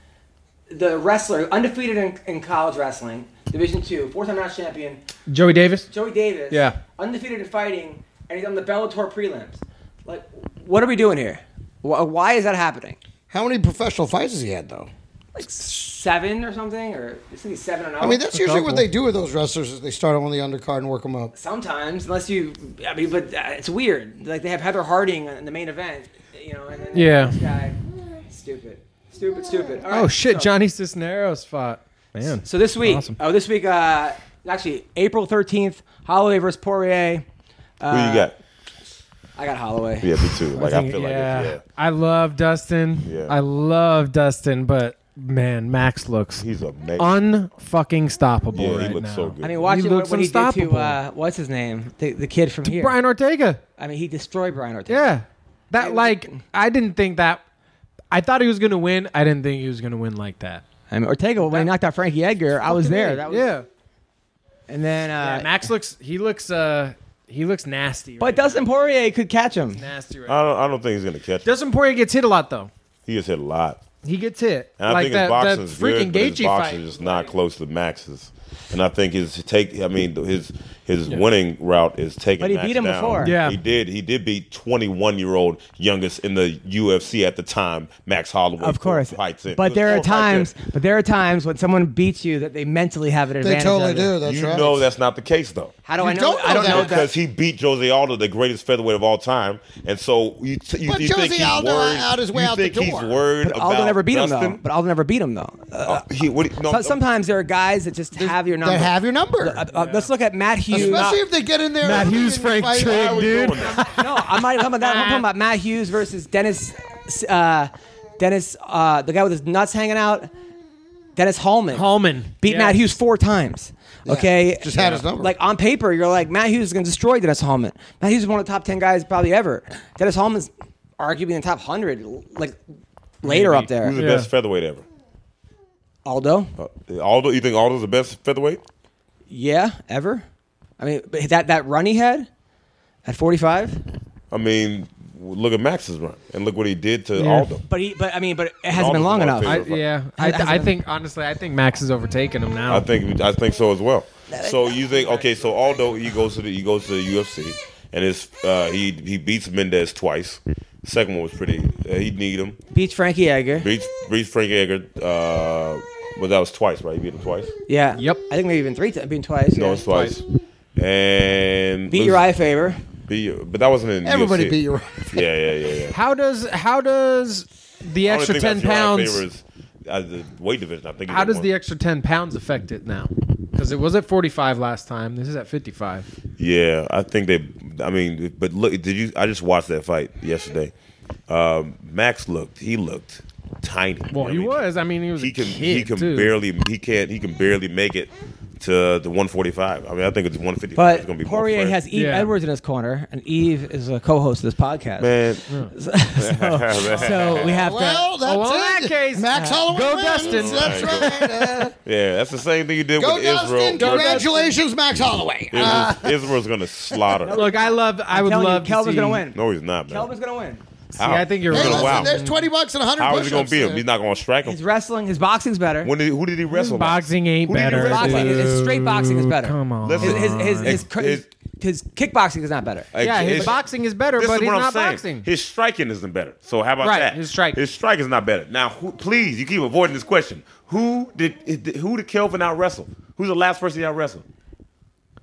C: the wrestler, undefeated in, in college wrestling, Division Two, four-time national champion.
F: Joey Davis.
C: Joey Davis.
F: Yeah.
C: Undefeated in fighting, and he's on the Bellator prelims. Like, what are we doing here? Wh- Why is that happening?
D: How many professional fights has he had though?
C: like seven or something, or I think it's seven and oh zero.
E: Oh,
D: I mean, that's usually what they do with those wrestlers is they start them on the undercard and work them up.
C: sometimes, unless you. I mean, but uh, it's weird. Like they have Heather Harding in the main event, you know, and then
F: Yeah.
C: this guy, stupid, stupid, stupid. All
F: Oh
C: right,
F: shit,
C: so-
F: Johnny Cisneros fought. Man.
C: So this week,
F: Awesome.
C: oh, this week, uh, actually, April thirteenth, Holloway versus Poirier.
E: Who
C: Uh,
E: you got?
C: I got Holloway.
E: Yeah, me too. Like I, feel
F: yeah.
E: like it's, yeah.
F: I love Dustin.
E: Yeah.
F: I love Dustin, but man, Max looks
E: He's amazing.
F: unfucking stoppable
E: yeah,
F: right
E: he looks
F: now.
E: so good.
C: I mean, watching what,
F: looks
C: what he did to
F: unstoppable.
C: uh, what's his name, the, the kid from here.
F: Brian Ortega.
C: I mean, he destroyed Brian Ortega.
F: Yeah. That like I didn't think that I thought he was gonna win. I didn't think he was gonna win like that.
C: I mean, Ortega when he knocked out Frankie Edgar, I was there. That was,
F: yeah.
C: And then uh,
F: Yeah, Max looks he looks uh he looks nasty.
C: But
F: right
C: Dustin Poirier could catch him.
F: now. nasty right
E: I don't, I don't think he's gonna catch.
F: now. Dustin Poirier gets hit a lot though.
E: He gets hit a lot.
F: He gets hit.
E: And I
F: like
E: think
F: that,
E: his boxing's
F: that
E: good,
F: freaking
E: but his
F: Gaethje
E: boxing
F: fight.
E: is not close to Max's. And I think his take, I mean, his his winning route is taking.
C: But he
E: Max
C: beat him
E: down.
C: before.
F: Yeah.
E: he did. He did beat twenty one year old youngest in the UFC at the time, Max Holloway.
C: Of course,
E: four fights in. It
C: but
E: was
C: there
E: four
C: are
E: fights
C: times,
E: in.
C: but there are times when someone beats you that they mentally have an
D: They
C: advantage.
D: totally
C: of you.
D: do. That's
E: you
D: right.
E: know that's not the case though.
C: How do
D: You
C: I know?
D: don't
C: I don't
D: know
C: know
D: that.
E: Because
C: that.
E: he beat Jose Aldo, the greatest featherweight of all time, and so you, t- you,
D: But
E: you
D: Jose
E: think he's
D: Aldo
E: worried.
D: out his way
E: you
D: out the
E: think he's
D: door.
E: worried
C: But
E: about
C: Aldo never beat him
E: Dustin?
C: though. But Aldo never beat him though. Uh,
E: Uh, he, what, do you- no,
C: so-
E: no.
C: sometimes there are guys that just have your number.
D: They have your number,
C: Uh, uh, Let's look at Matt Hughes.
D: especially if they get in there.
F: Matt
D: early
F: Hughes,
D: in the
F: Frank
D: fight.
F: Trigg,
E: Why are we
F: dude.
E: doing that?
C: no, I'm not even talking about that. I'm talking about Matt Hughes versus Dennis, uh, Dennis, uh, the guy with his nuts hanging out. Dennis Hallman.
F: Hallman.
C: beat
F: Yeah.
C: Matt Hughes four times. Okay,
D: just had his number.
C: Like on paper, you're like Matt Hughes is going to destroy Dennis Hallman. Matt Hughes is one of the top ten guys probably ever. Dennis Hallman's arguably in the top hundred, like later up there.
E: Who's the
F: <laughs> Yeah.
E: best featherweight ever?
C: Aldo,
E: Uh, Aldo, you think Aldo's the best featherweight?
C: yeah, ever. I mean, but that that run he had at 45,
E: I mean, look at Max's run and look what he did to
F: Yeah.
E: Aldo.
C: but he, but I mean, but it hasn't
E: Aldo's
C: been long
E: one
C: enough.
E: favorite.
F: I, yeah, I, th- I think honestly, I think Max is overtaking him now.
E: I think I think so as well. So you think okay? So Aldo he goes to the he goes to the UFC and his uh, he he beats Mendez twice. Second one was pretty. Uh, he need him.
C: Beats Frankie Edgar.
E: Beats beats Frank Edgar. Uh, but that was twice, right? He beat him twice.
C: Yeah.
F: Yep.
C: I think maybe even three times, been twice.
E: No,
C: yeah.
E: it's twice. And
C: Beat
E: lose-
C: Uriah Faber.
E: Beat Uri- but that wasn't in
D: Everybody
E: UFC.
D: beat your.
E: Yeah, yeah, yeah,
F: <laughs>
E: yeah.
F: how does how does the
E: I don't
F: extra
E: think
F: ten
E: that's Uriah
F: pounds?
E: Faber's, uh, the weight division. I think.
F: How does
E: one.
F: the extra ten pounds affect it now? Because it was at forty five last time. This is at fifty five.
E: Yeah, I think they. I mean, but look, did you? I just watched that fight yesterday. Um, Max looked. He looked tiny.
F: Well,
E: I
F: he
E: mean,
F: was. I mean, he was.
E: He
F: a
E: can.
F: Kid,
E: he can
F: too.
E: barely. He can't. He can barely make it to the 145. I mean, I think it's 150.
C: But
E: it's gonna be
C: Poirier
E: 145.
C: has Eve
F: Yeah.
C: Edwards in his corner, and Eve is a co-host of this podcast.
E: Man,
C: So we have
D: Well,
C: to.
D: that's
F: Oh, well, in
D: it.
F: that case,
D: Max
F: uh,
D: Holloway
F: go
D: wins.
F: Dustin.
D: That's right. Uh,
E: yeah, that's the same thing you did
D: go
E: with
D: Dustin!
E: Israel.
D: Congratulations, Max Holloway.
E: Israel-
D: Uh,
C: Ah.
E: Israel's gonna slaughter.
C: <laughs>
F: Look, I love. I would
C: telling you,
F: love.
C: Kelvin's
F: to see,
C: gonna win.
E: no, he's not, man.
C: Kelvin's gonna win.
E: How?
F: I think you're
D: Hey,
F: right.
D: listen,
E: Wow.
D: there's 20 bucks and 100
E: How
D: push
E: is it gonna be him? He's not gonna strike
C: His
E: him.
C: wrestling, his boxing's better.
E: When did, who did he wrestle?
F: boxing ain't
E: Who did he
F: better.
E: wrestle?
C: Boxing is- is straight boxing is better.
F: Come on.
E: Listen,
C: his, his, his, his,
E: Ex-
C: cr-
E: his-
C: his, his kickboxing is not better.
F: yeah, his
E: It's-
F: boxing is better,
E: This
F: but
E: is
F: he's
E: what I'm
F: not
E: saying.
F: boxing.
E: His striking isn't better. So how about
F: Right,
E: that?
F: his strike.
E: His strike is not better. Now, who, please, you keep avoiding this question. Who did who did Kelvin out wrestle? Who's the last person he out wrestled?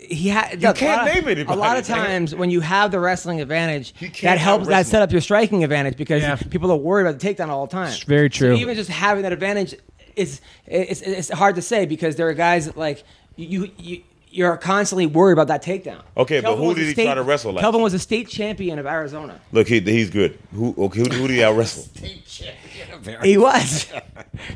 C: He had
E: You can't
C: a lot
E: name
C: of,
E: anybody.
C: A lot of times when you have the wrestling advantage,
E: You can't
C: that helps that
E: out-wrestle.
C: set up your striking advantage because
F: Yeah.
C: people are worried about the takedown all the time. It's
F: very true.
C: even just having that advantage is it's, it's hard to say because there are guys that like you you. You're constantly worried about that takedown.
E: Okay, but who
C: was a
E: did he try to wrestle last
C: Kelvin was a state champion of Arizona.
E: Look, he, he's good. Who okay, who, who did he out wrestle?
C: He was.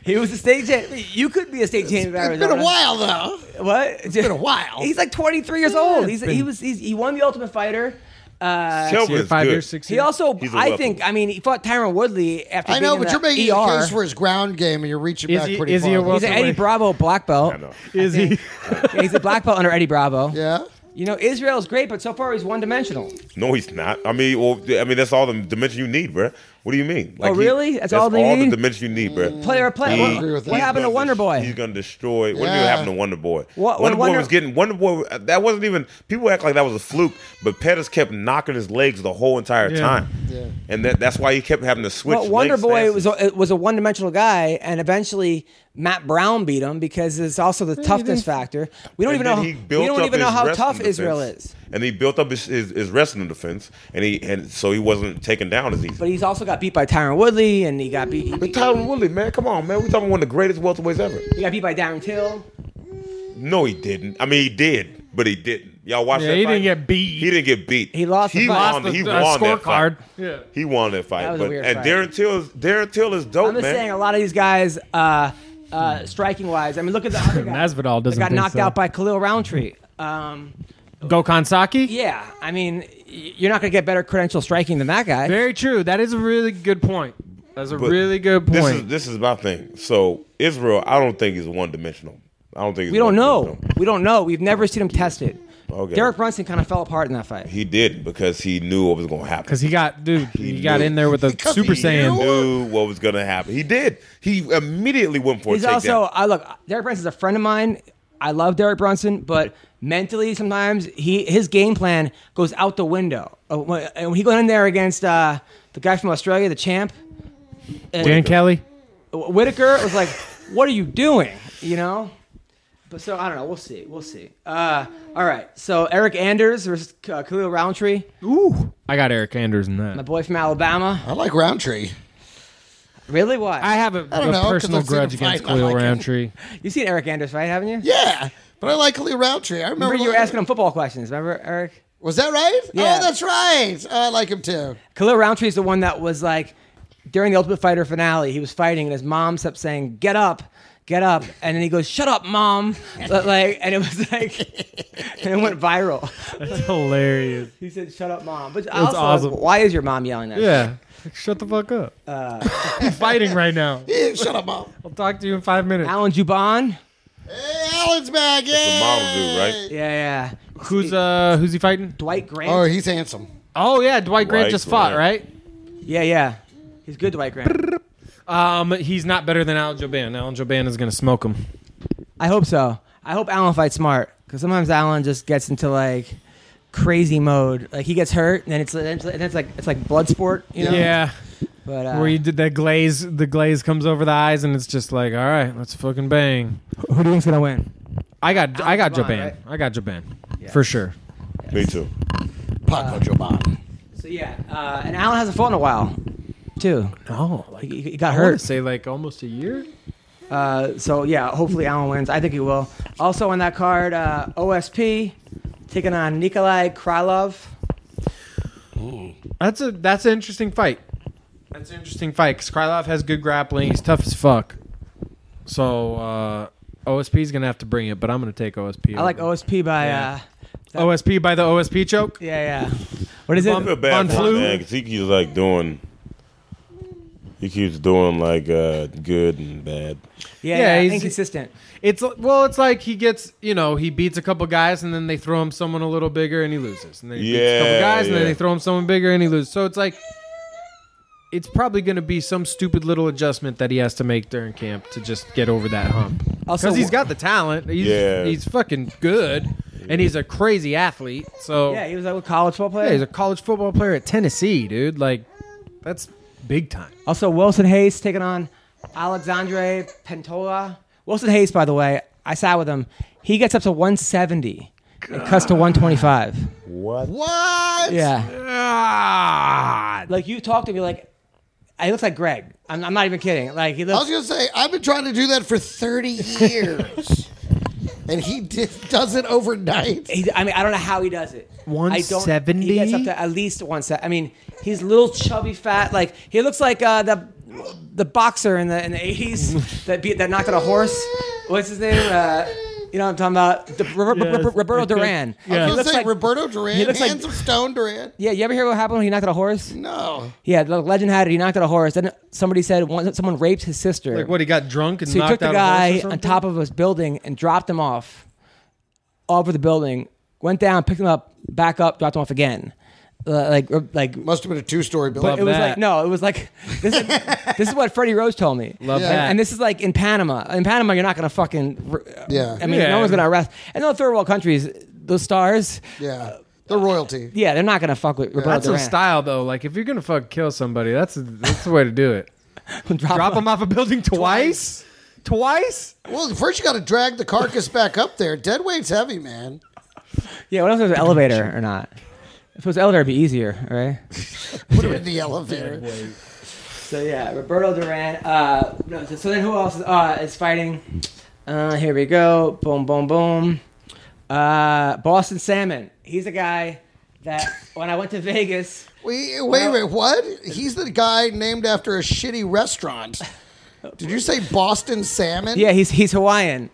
C: he was a state champion. You could be a state champion of
D: It's
C: Arizona.
D: been a while, though.
C: What? It's been
D: a while.
C: He's like 23 years old. He's, he was he's, he won the Ultimate Fighter.
E: Kelvin's
F: <laughs> Five
E: good.
F: years, six
C: He
F: years.
C: also,
E: He's a
C: I
E: weapon.
C: think, I mean, he fought Tyron Woodley after.
D: I know,
C: being
D: but
C: in
D: you're
C: the
D: making
C: ER.
D: a case for his ground game, and you're reaching
F: E Is
D: back
F: he-
D: pretty
F: is
D: far.
F: he a
D: though.
C: He's an Eddie Bravo black belt.
E: I know.
F: is he?
C: Yeah, <laughs> he's a black belt under Eddie Bravo.
D: yeah.
C: You know, Israel's great, but so far he's one dimensional.
E: No, he's not. I mean, well, I mean that's all the dimension you need, bruh. What do you mean? Like
C: Oh, really? That's all they
E: the
C: need?
E: dimension you need, bruh.
C: Player, player.
D: I
C: What,
D: agree with that.
C: what
D: He's
C: happened to
E: gonna
C: Wonder
E: des- He's
C: Boy?
E: gonna destroy. What
D: Yeah.
E: did happen to Wonder Boy?
C: What-
E: Wonder
C: Wonder-
E: Boy was getting Wonder Boy. That wasn't even. People act like that was a fluke, but Pettis kept knocking his legs the whole entire
F: Yeah.
E: time,
D: Yeah.
E: and that, that's why he kept having to switch.
C: Well, Wonder
E: leg
C: Boy
E: stances.
C: was a, was a one dimensional guy, and eventually Matt Brown beat him because it's also the toughness factor. We don't
E: And
C: even know.
E: then he built
C: We don't
E: up
C: even know
E: his
C: how
E: wrestling
C: tough
E: defense,
C: Israel is.
E: and he built up his, his, his wrestling defense, and he and so he wasn't taken down as easy.
C: But he's also got beat by Tyron Woodley, and he got beat. He,
E: But Tyron Woodley, man, come on, man, we talking one of the greatest welterweights ever.
C: he got beat by Darren Till.
E: No, he didn't. I mean, he did, but he didn't. Y'all watch
F: Yeah,
E: that
F: he
E: fight?
F: didn't get beat.
E: He didn't get beat.
C: He lost the
E: He
C: fight.
E: won.
F: Lost
E: he
F: the-
E: won
F: uh,
E: that fight.
F: scorecard. Yeah.
E: He won that fight.
C: That was a
E: but,
C: weird
E: and
C: fight.
E: Darren Till is Darren Till is dope,
C: I'm just
E: man.
C: saying, a lot of these guys, uh, uh, striking wise. I mean, look at the
F: <laughs>
C: other guy.
F: Masvidal
C: that
F: doesn't
C: got
F: think
C: knocked
F: so.
C: out by Khalil Roundtree. Um,
F: Gokhan Saki?
C: yeah, I mean, y- you're not going to get better credential striking than that guy.
F: Very true. That is a really good point. That's a
E: But
F: really good
E: This
F: point.
E: is this is my thing. So Israel, I don't think is one dimensional. I don't think he's
C: we don't know.
E: one-dimensional.
C: We don't know. We've never seen him tested.
E: Okay.
C: Derek Brunson kind of fell apart in that fight.
E: He did because he knew what was going to happen.
F: Because he got, dude, he,
E: He
F: got
E: knew.
F: in
E: <laughs>
F: there with a
D: Because
F: Super
D: he
F: Saiyan.
E: knew what was going to happen. He did. He immediately went for a
C: He's
E: takedown.
C: also, I look, Derek Brunson's a friend of mine. I love Derek Brunson, but mentally sometimes he his game plan goes out the window. Uh, When and when he went in there against uh, the guy from Australia, the champ, uh,
F: Dan Kelly?
C: Whitaker was like, <laughs> "What are you doing?" You know. But so I don't know. We'll see. We'll see. Uh, all right. So Eric Anders versus uh, Khalil Roundtree,
F: Ooh. I got Eric Anders in
C: my
F: that.
C: boy from Alabama.
D: I like Roundtree.
C: Really? Why?
F: I have a,
D: I don't
F: a
D: know, 'cause
F: personal
D: I've seen him
F: grudge against
D: fight, I
F: Khalil
D: like him.
F: Roundtree.
C: you seen Eric Anders fight, haven't you?
D: Yeah, but I like Khalil Roundtree. I remember,
C: Remember you were
D: like-
C: asking him football questions. Remember Eric?
D: Was that right?
C: Yeah.
D: Oh, that's right. I like him too.
C: Khalil Roundtree is the one that was like during the Ultimate Fighter finale, he was fighting and his mom kept saying, "Get up." Get up, and then he goes, "Shut up, mom!" But like, and it was like, <laughs> and it went viral.
F: That's hilarious.
C: He said, "Shut up, mom." But also,
F: awesome.
C: why is your mom yelling at you?
F: Yeah. Like, Shut the fuck up. <laughs> I'm fighting right now.
C: <laughs>
D: Yeah, shut up, mom.
F: I'll talk to you in five minutes.
C: Alan Juban.
D: Hey, Alan's back. Yeah.
E: the model dude, right?
C: Yeah, yeah.
F: Who's uh who's he fighting?
C: Dwight Grant?
D: Oh, he's handsome.
F: Oh yeah, Dwight Grant
E: Dwight
F: just fought,
E: Grant.
F: right?
C: yeah, yeah. He's good, Dwight Grant.
F: Um he's not better than Al Joban. Al Joban is gonna smoke him.
C: I hope so. I hope Alan fights smart because sometimes Alan just gets into like crazy mode. Like he gets hurt, and then it's and then it's like it's like blood sport, you know.
F: Yeah.
C: But uh,
F: Where you did that glaze the glaze comes over the eyes and it's just like, all right, let's fucking bang.
C: who do you think's gonna win?
F: I got I got
C: Joban,
F: Joban.
C: right?
F: I got Joban. For sure.
E: Me too.
D: Paco Joban.
C: So yeah, uh, and Alan hasn't fought in a while, too.
F: Oh, like
C: He, he got
F: I want
C: hurt.
F: to say like almost a year.
C: Uh, so yeah, hopefully Allen wins. I think he will. Also on that card, uh, OSP taking on Nikolai Krylov.
F: That's a that's an interesting fight. That's an interesting fight because Krylov has good grappling. He's tough as fuck. So uh, OSP's gonna have to bring it, but I'm gonna take OSP.
C: I like
F: over.
C: OSP by
F: Yeah.
C: uh,
F: OSP by the OSP choke.
C: yeah, yeah. What is it?
E: I feel bad
F: Von
E: for him,
F: Flew?
E: man, because he keeps like doing. He keeps doing like uh, good and bad.
C: Yeah,
F: Yeah,
C: yeah,
F: he's-
C: inconsistent.
F: It's well, it's like he gets you know he beats a couple guys and then they throw him someone a little bigger and he loses. And then he beats a couple
E: Yeah,
F: guys and then
E: yeah.
F: they throw him someone bigger and he loses. So it's like it's probably going to be some stupid little adjustment that he has to make during camp to just get over that hump.
C: Also-
F: Because he's got the talent. He's,
E: Yeah.
F: he's fucking good, and he's a crazy athlete. So
C: Yeah, he was like a college football player.
F: Yeah, he's a college football player at Tennessee, dude. Like, that's big time.
C: Also, Wilson Hayes taking on Alexandre Pentola. Wilson Hayes, by the way, I sat with him. He gets up to 170 and cuts to 125.
D: What?
C: Yeah. Like, you talked to me like, he looks like Greg. I'm, I'm not even kidding. Like, he
D: I
C: looks.
D: was gonna say I've been trying to do that for
C: <laughs>
D: thirty years, and he did, does it overnight.
C: he, I mean, I don't know how he does it. I don't-
F: 170?
C: He gets up to at least one set. I mean, he's little chubby, fat. Like he looks like uh, the the boxer in the in the
D: <laughs>
C: eighties that beat that knocked out a horse. What's his name? Uh, you know what I'm talking about? The, Ro- Ro- Ro- Roberto Duran.
D: I
C: He
D: was gonna
C: looks
D: say
C: like,
D: Roberto Duran,
C: he looks like-
D: hands of Stone Duran.
C: yeah, you ever hear what happened when he knocked out a horse?
D: No,
C: Yeah, the legend had it. He knocked out a horse. Then somebody said one, someone raped his sister.
F: Like, what, he got drunk and
C: So he
F: knocked
C: took the
F: out a
C: guy
F: horse or
C: on
F: something?
C: top of his building and dropped him off over the building. Went down, picked him up, back up, dropped him off again. Uh, like, like it
D: must have been a two-story building.
F: But-
C: was
F: that.
C: like no, it was like this
F: <laughs>
C: is, this is what Freddie Rose told me.
F: Love
D: Yeah.
F: that.
C: And this is like in Panama. In Panama, you're not gonna fucking. r- uh,
D: Yeah.
C: I mean,
F: Yeah.
C: no one's gonna arrest. And those third world countries, those stars,
D: yeah, the royalty.
C: yeah, they're not gonna fuck with. Roberto
F: That's a
C: Duran.
F: style, though. Like, if you're going to fuck kill somebody, that's, that's the way to do it.
C: <laughs> Drop,
F: <laughs> Drop
C: him.
F: him off a building twice? Twice?
D: Well, first you got to drag the carcass back up there. Dead weight's heavy, man.
C: Yeah, what else was an elevator or not? If it was an elevator, it'd be easier, right?
D: Put him in the elevator.
C: So yeah, Roberto Duran. Uh, no, so, so then who else is, uh, is fighting? Uh, here we go. Boom, boom, boom. Uh, Boston Salmon. He's a guy that when I went to Vegas,
D: Wait, wait, wait, what? He's the guy named after a shitty restaurant. Did you say Boston salmon?
C: yeah, he's he's Hawaiian,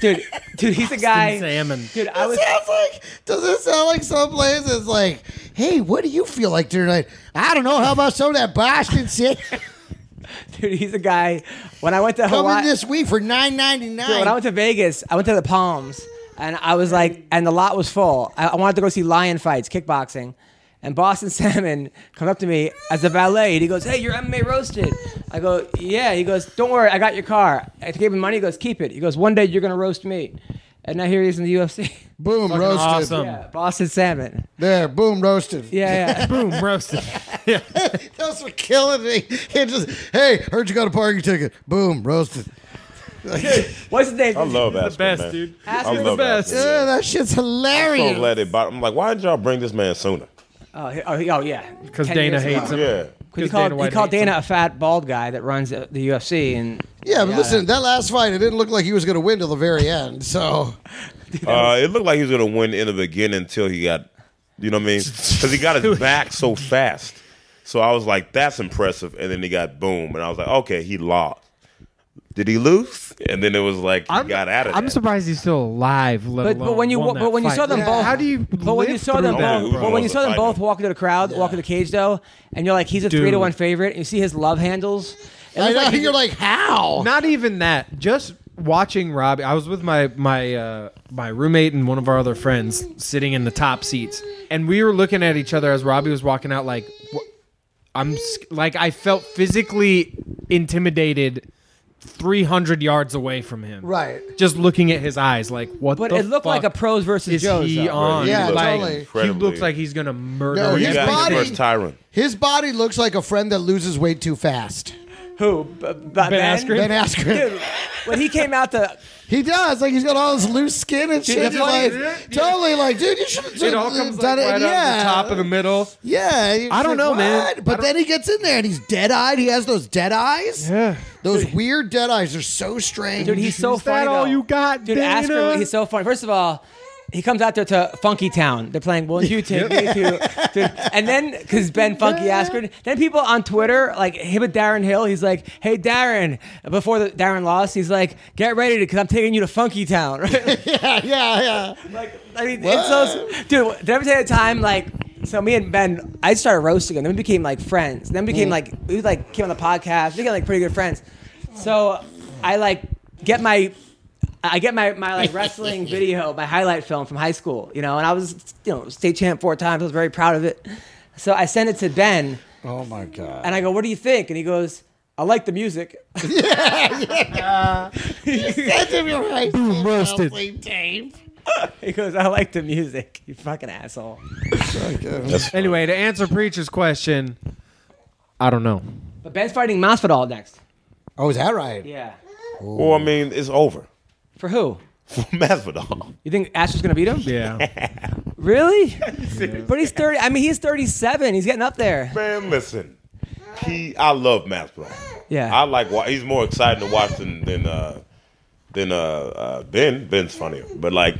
C: dude. Dude, he's a guy.
F: Salmon.
C: Dude, I was.
D: sounds like does it sound like some place is like, hey, what do you feel like tonight? I don't know. How about some of that Boston shit
C: Dude, he's a guy. When I went to
D: coming
C: Hawaii,
D: this week for nine ninety
C: Dude, when I
D: nine?
C: went to Vegas, I went to the Palms, and I was like, and the lot was full. I, I wanted to go see lion fights, kickboxing, and Boston <laughs> Salmon comes up to me as a valet, and he goes, "Hey, you're MMA roasted." I go, "Yeah." He goes, "Don't worry, I got your car." I gave him money. He goes, "Keep it." He goes, "One day you're gonna roast me," and now here he is in the UFC.
G: Boom, roasted.
C: <laughs>
F: Awesome.
C: yeah, Boston Salmon.
G: There, boom, roasted.
C: Yeah,
E: <laughs>
C: yeah.
F: Boom,
C: <laughs>
F: <laughs> roasted.
D: <laughs> Those were killing me. <laughs> It just, hey,
G: Heard you got a parking ticket. Boom, roasted.
C: What's his name?
E: I love Aspen,
F: best,
E: man.
F: dude.
E: I
F: Aspen's the
E: love
F: best.
E: Aspen,
D: yeah,
E: yeah.
D: that shit's hilarious.
E: So glad they bought. I'm like, why did y'all bring this man
F: <laughs>
E: sooner?
C: Oh, he- oh, he- oh, yeah.
F: Because
C: 10
F: Dana
C: years ago.
F: hates him.
E: Yeah.
C: He called,
F: 'Cause Dana
C: he
F: White
C: called
F: hates him.
C: Dana a fat bald guy that runs uh, the UFC, and
D: yeah, but listen, that last fight, I didn't look like he was going to win till the very end. So
E: Uh, it looked like he was gonna win in the beginning until he got, you know what I mean? Because he got
F: <laughs>
E: his back so fast. So I was like, that's impressive. And then he got boom, and I was like, okay, he lost. Did he lose? And then it was like he got out of
F: I'm
E: that.
F: surprised he's still alive. Let
C: But,
F: alone
C: but when you
F: won
C: but when you
F: that
C: saw
F: fight.
C: them both,
F: how do you?
C: But when you
F: live
C: saw them
F: through that?
C: both,
E: Dude,
C: but when you
E: who's
C: saw them
E: the
C: both
E: fighter?
C: walk into the crowd, walk into the cage though, and you're like, he's a three to
F: Dude.
C: one favorite. And you see his love handles. It
D: I
C: looks
D: know,
C: like he-
D: <laughs> you're like, how?
F: Not even that. Just watching Robbie. I was with my my uh, my roommate and one of our other friends sitting in the top seats, and we were looking at each other as Robbie was walking out. Like, wh- I'm s- like I felt physically intimidated. 300 yards away from him.
D: Right.
F: Just looking at his eyes like what
C: but
F: the
C: it looked like a
F: fuck
C: pros versus
F: is
C: Joes.
F: he
C: though.
F: on?
D: Yeah,
F: like,
D: totally.
F: He
E: Incredibly.
F: looks like he's gonna murder.
D: No,
E: You
D: his
E: got
D: body-
E: the first Tyrant.
D: His body looks like a friend that loses weight too fast.
C: Who? B- B- ben,
F: Askren?
D: Ben Askren.
C: Dude, when he came out the
D: He does. Like he's got all this loose skin and shit.
F: that's
D: You're
F: why-
D: like, totally like, dude, you should have
F: it all comes like,
D: done
F: right
D: it.
F: out of
D: yeah.
F: the top of the middle.
D: Yeah, you're
F: I don't
D: just
F: know, man.
D: "What?"
F: I
D: But then he gets in there and he's dead eyed. He has those dead eyes.
F: Yeah.
D: Those weird dead eyes are so strange.
C: dude, he's so
F: Is
C: funny.
F: that all
C: though.
F: you got,
C: dude?
F: Dana?
C: Askren, he's so funny. First of all. He comes out there to Funky Town. They're playing "Will You Take Me
F: <laughs>
C: to," dude. and then because Ben Funky Askren, then people on Twitter like him and Darren Hill. He's like, "Hey Darren," before the Darren lost, he's like, "Get ready because I'm taking you to Funky Town." <laughs> Right?
D: yeah, yeah, yeah.
C: Like, I mean, it's so, dude. Did I ever tell you the time like? So me and Ben, I started roasting him. Then we became like friends. Then we became like we like came on the podcast. We became like pretty good friends. So I like get my. I get my, my like wrestling video, my highlight film from high school, you know, and I was you know state champ four times. I was very proud of it. So I sent it to Ben,
G: Oh my god.
C: And I go, what do you think? And he goes, I like the music. <laughs>
D: Boom,
G: roasted.
C: He goes, I like the music. You fucking asshole.
F: Anyway, to answer Preacher's question, I don't know.
C: But Ben's fighting Masvidal next.
D: Oh, is that right?
C: Yeah.
E: Well, I mean, it's over.
C: For who?
E: Masvidal.
C: You think Astro's gonna beat him?
F: Yeah.
C: <laughs> Really? But he's thirty. I mean, he's thirty-seven. He's getting up there.
E: Man, listen. He, I love Masvidal.
C: Yeah.
E: I like. wa- He's more exciting to watch than than uh, than uh, uh, Ben. Ben's funnier, but like,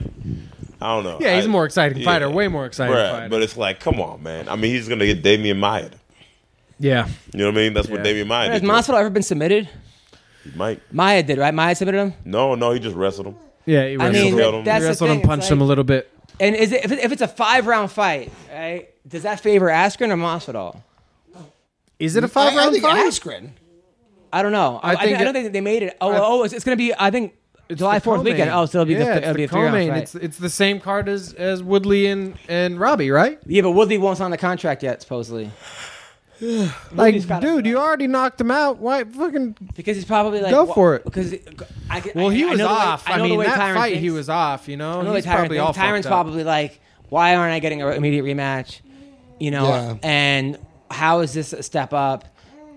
E: I don't know.
F: <laughs> Yeah, he's
E: I-
F: a more exciting
E: yeah.
F: fighter, way more exciting
E: Bruh,
F: fighter.
E: But it's like, come on, man. I mean, he's gonna get Damian Maya.
F: yeah.
E: You know what I mean? That's what
F: Yeah.
E: Damian Maya
C: Has
E: did. to
C: Masvidal ever been submitted?
E: him. He might.
C: Maya did, right? Maya submitted him.
E: No, no, he just wrestled him.
F: Yeah, he
C: I
F: wrestled,
C: mean,
F: him.
E: him.
C: that's
F: He
C: the
F: wrestled
C: thing.
F: him, punched
C: it's
F: him a
C: like-
F: little bit.
C: And is it if, it- if it's a five-round fight, right? Does that favor Askren or Masvidal?
F: Is it a
D: I,
F: five
D: I
F: round
D: think
F: fight?
D: Askren.
C: I don't know. I, I,
F: think
C: I don't
F: it-
C: think they made it. Oh,
F: I-
C: oh, it's, it's gonna be. I think July
F: It's the
C: Fourth weekend.
F: co-main.
C: Oh, so it'll be
F: yeah,
C: the,
F: it's
C: it'll be a
F: the
C: three-round
F: co-main.
C: fight.
F: It's it's the same card as as Woodley and and Robbie, right?
C: yeah, but Woodley won't sign the contract yet, supposedly,
F: Like,
C: got-
F: dude, you already knocked him out. Why fucking?
C: because he's probably like
F: Go
C: wha-
F: for it.
C: Because I, I-
F: Well, he
C: I
F: was
C: know the way-
F: off.
C: know
F: I
C: the
F: mean,
C: way
F: that
C: Tyron
F: fight,
C: thinks.
F: he was off. You know,
C: I know
F: he's
C: the Tyron
F: probably
C: thinks.
F: all
C: Tyron's
F: fucked up.
C: probably like, why aren't I getting an immediate rematch? You know,
D: Yeah.
C: and how is this a step up?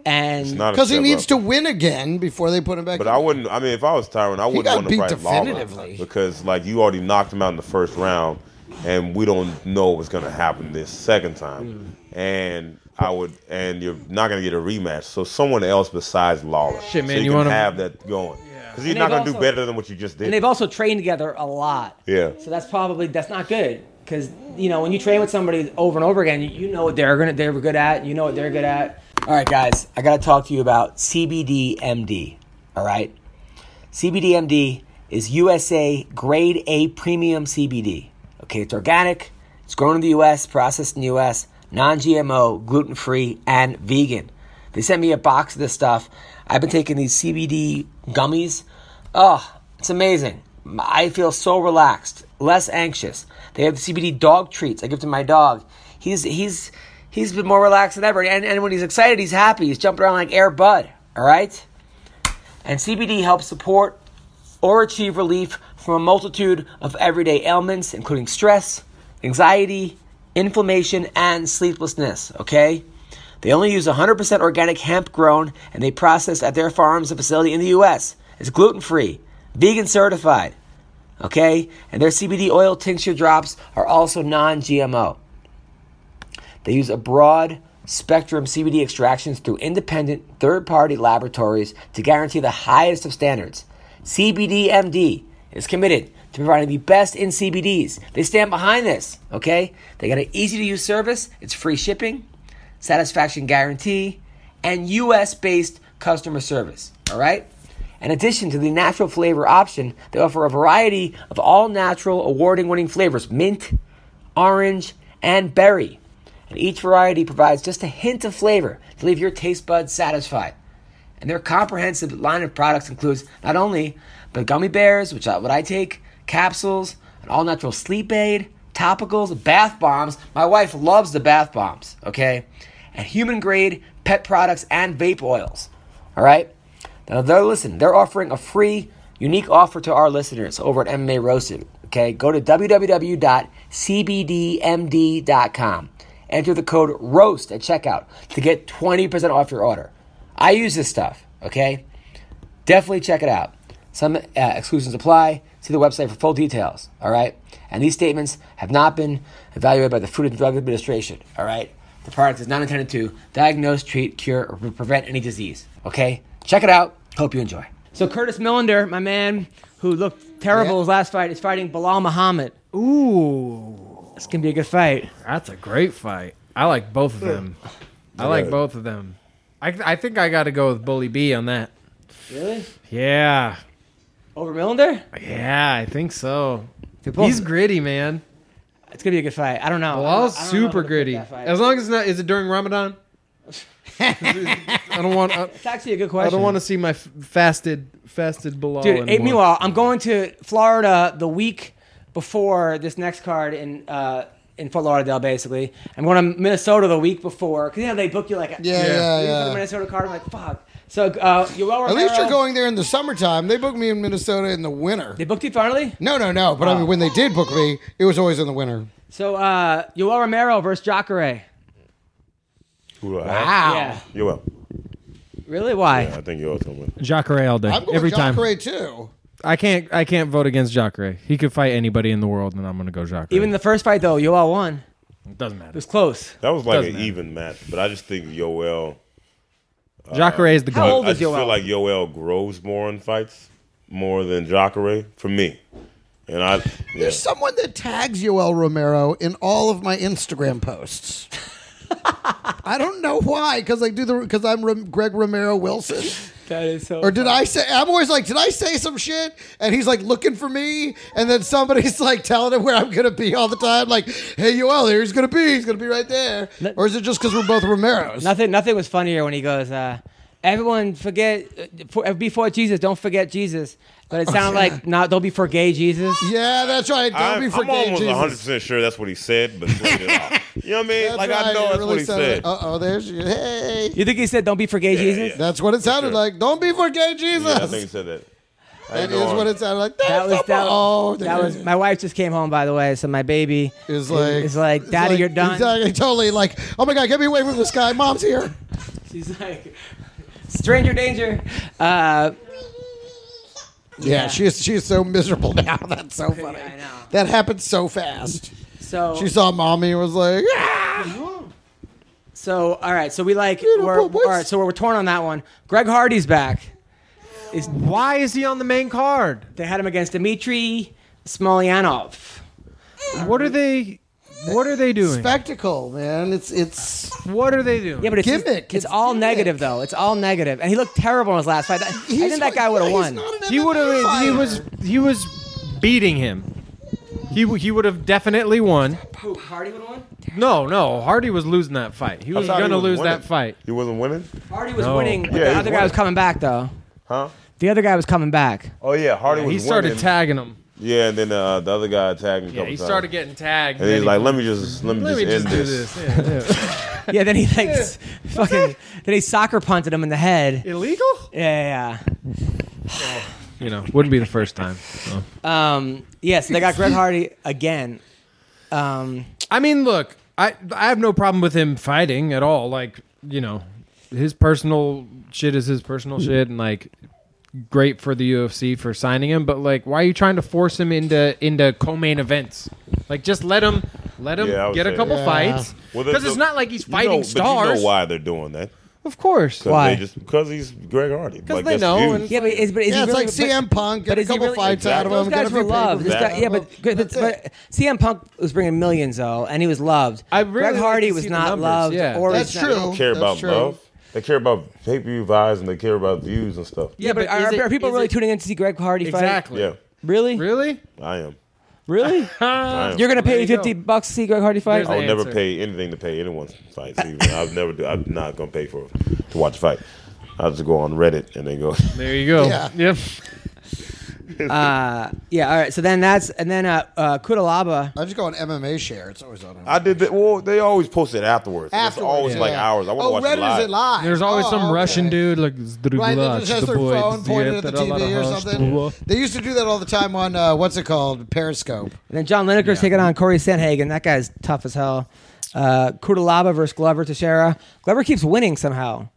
C: And
E: Not a
D: Because he
E: step
D: needs
E: up.
D: to win again before they put him back.
E: But
D: in.
E: I wouldn't. I mean, if I was Tyron, I wouldn't
D: got
E: want to
D: beat
E: fight Lawler
D: definitively.
E: because, like, you already knocked him out in the first round, and we don't know what's going to happen this second time. And I would, and you're not going to get a rematch. So someone else besides Lawler,
F: Shit,
E: so
F: man,
E: you,
F: you
E: can
F: wanna-
E: have that going because he's
C: And
E: not
C: they've
E: going to do
C: also-
E: better than what you just did.
C: and they've also trained together a lot.
E: Yeah.
C: So that's probably that's not good because you know when you train with somebody over and over again, you- you know what they're gonna they're good at. You know what they're good at. All right, guys, I gotta talk to you about CBDMD. All right, CBDMD is USA Grade A Premium CBD. Okay, it's organic. It's grown in the U.S., processed in the U.S., non-GMO, gluten-free, and vegan. They sent me a box of this stuff. I've been taking these CBD gummies. Oh, it's amazing. I feel so relaxed, less anxious. They have CBD dog treats I give to my dog. He's he's he's been more relaxed than ever, and, and when he's excited, he's happy. He's jumping around like Air Bud. All right, and CBD helps support or achieve relief from a multitude of everyday ailments, including stress, anxiety, inflammation, and sleeplessness. Okay? They only use 100% organic hemp grown and they process at their farms and facility in the U.S. It's gluten free, vegan certified. Okay? And their CBD oil tincture drops are also non GMO. They use a broad spectrum CBD extractions through independent third party laboratories to guarantee the highest of standards. CBDMD is committed to providing the best in CBDs. They stand behind this, okay? They got an easy to use service, it's free shipping, satisfaction guarantee, and US based customer service, all right? In addition to the natural flavor option, they offer a variety of all natural award winning flavors mint, orange, and berry. And each variety provides just a hint of flavor to leave your taste buds satisfied. And their comprehensive line of products includes not only but gummy bears, which I, what I take, capsules, an all natural sleep aid, topicals, bath bombs. My wife loves the bath bombs, okay? And human grade pet products and vape oils. All right. Now they're listen. They're offering a free, unique offer to our listeners over at MMA Roasted. Okay, go to www.cbdmd.com. Enter the code ROAST at checkout to get 20% off your order. I use this stuff, okay? Definitely check it out. Some uh, exclusions apply. See the website for full details, all right? And these statements have not been evaluated by the Food and Drug Administration, all right? The product is not intended to diagnose, treat, cure, or pre- prevent any disease, okay? Check it out. Hope you enjoy. So Curtis Millender, my man, who looked terrible his last fight, is fighting Bilal Muhammad.
F: Ooh,
C: It's going to be a good fight.
F: that's a great fight. I like both of
G: <laughs>
F: them. I like both of them. I I think I got to go with Bully B on that.
C: Really?
F: Yeah,
C: Over Millender?
F: yeah, I think so.
C: both-
F: He's gritty, man.
C: It's going to be a good fight. I don't know. I don't-
F: Bilal's
C: I don't know who
F: super
C: to pick
F: gritty.
C: that fight.
F: As long as it's not, is it
C: <laughs>
F: during Ramadan? I don't want. I,
C: It's actually a good question.
F: I don't want to see my f- fasted fasted Bilal.
C: Dude, hey,
F: anymore.
C: meanwhile, I'm going to Florida the week before this next card in uh,
H: in Fort Lauderdale, basically. I'm going to Minnesota the week before because you know they book you like a,
G: Yeah, yeah,
H: you
G: yeah.
H: put a Minnesota card. I'm like, fuck. So uh, you well
G: At least you're going there in the summertime. They booked me in Minnesota in the winter.
H: They booked you finally.
G: No, no, no. But I mean, when they did book me, it was always in the winter.
H: So uh, Yoel Romero versus Jacare.
E: Who do I have?
H: Yeah.
E: You're welcome.
H: Really? Why?
E: Yeah, I think you're welcome.
F: Jacare all day,
G: I'm going
F: every
G: John
F: time.
G: Gray too.
F: I can't. I can't vote against Jacare. He could fight anybody in the world, and I'm gonna go Jacare.
H: Even the first fight though, Yoel won.
F: it doesn't matter.
H: It was close.
E: That was like
F: Doesn't
E: an
F: matter.
E: even match, but I just think Yoel.
F: Jacare is the
H: How
F: goat.
H: old
E: I
H: is
E: just feel
H: Yoel?
E: like Yoel grows more in fights, more than Jacare for me. And I, yeah.
G: There's someone that tags Yoel Romero in all of my Instagram posts. I don't know why, because I do the because I'm Rom- Greg Romero Wilson.
H: that is so.
G: Or did I say? I'm always like, did I say some shit? And he's like looking for me, and then somebody's <laughs> like telling him where I'm gonna be all the time. Like, hey, Yoel, here he's gonna be. He's gonna be right there. or is it just because we're both Romeros?
H: Nothing. Nothing was funnier when he goes. Uh, Everyone forget uh, for, before Jesus. Don't forget Jesus. But
E: Oh,
H: it sounded like not. Don't be for gay Jesus.
G: Yeah, that's right. Don't
E: I'm,
G: be
E: I'm
G: forgetting
E: almost
G: Jesus.
E: 100 percent sure that's what he said, but put it out. you know what I mean?
G: That's
E: like
G: right.
E: I know
G: It
E: that's
G: really
E: what he said.
G: Uh oh, there's you. Hey.
H: You think he said don't be for gay Jesus?
E: yeah.
G: That's what it sounded
E: sure.
G: like. Don't be for gay Jesus.
E: Yeah, I think he said that. How you
G: That is
E: doing?
G: what it sounded like.
H: That was that,
G: Oh,
H: that was my wife just came home by the way, so my baby
G: Is like,
H: is like,
G: it's
H: Daddy, you're done.
G: Exactly, totally like, oh my god, get me away from this guy. Mom's here.
H: She's like Stranger danger. Uh,
G: Yeah, she's she's so miserable <laughs> now. That's so funny.
H: I know.
G: That happened so fast.
H: so
G: She saw mommy and was like, "Ah!"
H: so all right. So we like
G: Beautiful
H: we're all
G: voice.
H: right. So we're torn on that one. Greg Hardy's back.
F: Why is he on the main card?
H: They had him against Dmitry Smolyanov.
F: What are they? What are they doing?
G: spectacle, man. It's it's
F: what are they doing?
H: Yeah, but it's
G: Gimmick.
H: It's,
G: It's
H: all
G: gimmick.
H: negative though. It's all negative, and he looked terrible in his last fight. I
G: he's
H: think that guy
G: what-
H: would have
G: he's
H: won.
G: not an
F: he
G: MMA
F: would have. He
G: fighter.
F: was. He was beating him. He w- he would have definitely won.
H: Who Hardy would have won?
F: No, no. Hardy was losing that fight. He
E: I
F: was
E: thought he
F: gonna
E: was
F: lose
E: winning.
F: that fight.
E: He wasn't winning,
H: Hardy was
F: No.
H: winning.
E: Yeah,
H: the
E: he
H: other guy
E: won.
H: was coming back though.
E: huh?
H: The other guy was coming back.
E: Oh yeah, Hardy was
F: He started
E: winning.
F: tagging him.
E: yeah, and then uh, the other guy tagged him. a
F: Yeah,
E: couple
F: he
E: times.
F: started getting tagged.
E: And
F: then
E: he's
F: he-
E: like, "Let me just, let me
F: Let
E: just
F: me
E: end
F: just do
E: this."
F: this. Yeah, yeah.
H: <laughs> Yeah, then he like s- fucking then he soccer punted him in the head.
F: Illegal?
H: Yeah, yeah,
F: You know, wouldn't be the first time. so.
H: yeah. Um, yeah, so they got Greg Hardy again. Um,
F: I mean, look, I I have no problem with him fighting at all. Like, you know, his personal shit is his
E: Hmm.
F: personal shit, and like, great for the UFC for signing him. But like, why are you trying to force him into into co-main events? Like, just let him let him
E: Yeah, I would
F: get a
E: say
F: couple
E: that.
F: fights.
E: Well,
F: Because
E: there's
F: it's
E: no-
F: not like he's
E: you
F: fighting
E: know,
F: stars.
E: But you know why they're doing that?
F: Of course.
E: 'Cause
H: Why?
E: They just because he's Greg Hardy. Because
F: they know and-
H: yeah, but is, but is
G: Yeah,
H: he
G: it's
H: really,
G: like CM Punk. Get
H: but
G: a
H: is he
G: couple
H: really-
G: fights out of
E: Exactly.
G: him.
H: Those
G: Get a
H: guys
G: few
H: were loved. This
G: pay-per-views.
H: guy, yeah, but, but, but,
G: That's it.
H: CM Punk was bringing millions though, and he was loved.
F: I really
H: Greg
F: like
H: Hardy
F: to
H: was
F: see the
H: not
F: numbers,
H: loved.
F: yeah.
H: or
G: That's
H: he's not-
G: true.
E: They care
G: Oh, That's
E: about
G: true.
E: love. They care about pay per view buys and they care about views and stuff.
H: Yeah, but,
F: but is
H: are,
F: it-
H: are people
F: is
H: really
F: it-
H: tuning in to see Greg Hardy fight?
F: Exactly.
E: Yeah,
H: Really?
F: Really?
E: I am.
F: <laughs>
H: Really?
E: I am.
H: You're gonna pay
F: There you go.
H: fifty bucks to see Greg Hardy fight?
F: There's
E: I would
F: the
E: never
F: answer.
E: pay anything to pay anyone's fights. Even I've never do. I'm not gonna pay for to watch a fight. I'll just go on Reddit and then go.
F: There you go.
G: Yeah.
F: Yep.
H: Yeah. All right. So then that's and then uh, uh, Kudalaba.
G: I just go on MMA share. It's always on.
E: I did that. Well, they always post it afterwards. It's
G: Afterwards,
E: always
G: yeah.
E: like hours. I want to
G: oh,
E: watch
G: Reddit
E: it live.
G: is it live?
F: There's always
G: Oh,
F: some
G: okay.
F: Russian dude like
G: Right, they just has their phone pointed at the TV or something. They used to do that all the time on uh, what's it called, Periscope.
H: And then John Lineker's taking on Corey Sanhagen. That guy's tough as hell. Uh, Kudalaba versus Glover Teixeira. Glover keeps winning somehow.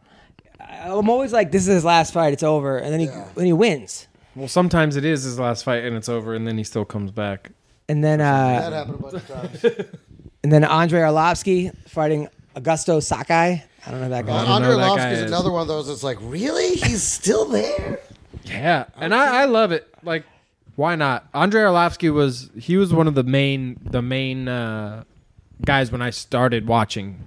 H: I- I'm always like, this is his last fight. It's over. And then he and he wins.
F: Well, sometimes it is his last fight and it's over, and then he still comes back.
H: And then
G: That
H: uh,
G: <laughs> happened a bunch of times.
H: and then Andre Arlovsky fighting Augusto Sakai. I don't know that guy.
F: don't
G: Andre
F: know who that
G: Arlovsky
F: guy
G: is
F: is.
G: another one of those. that's like, really, he's still there?
F: Yeah, and I, I love it. Like, why not? Andre Arlovsky was he was one of the main the main uh, guys when I started watching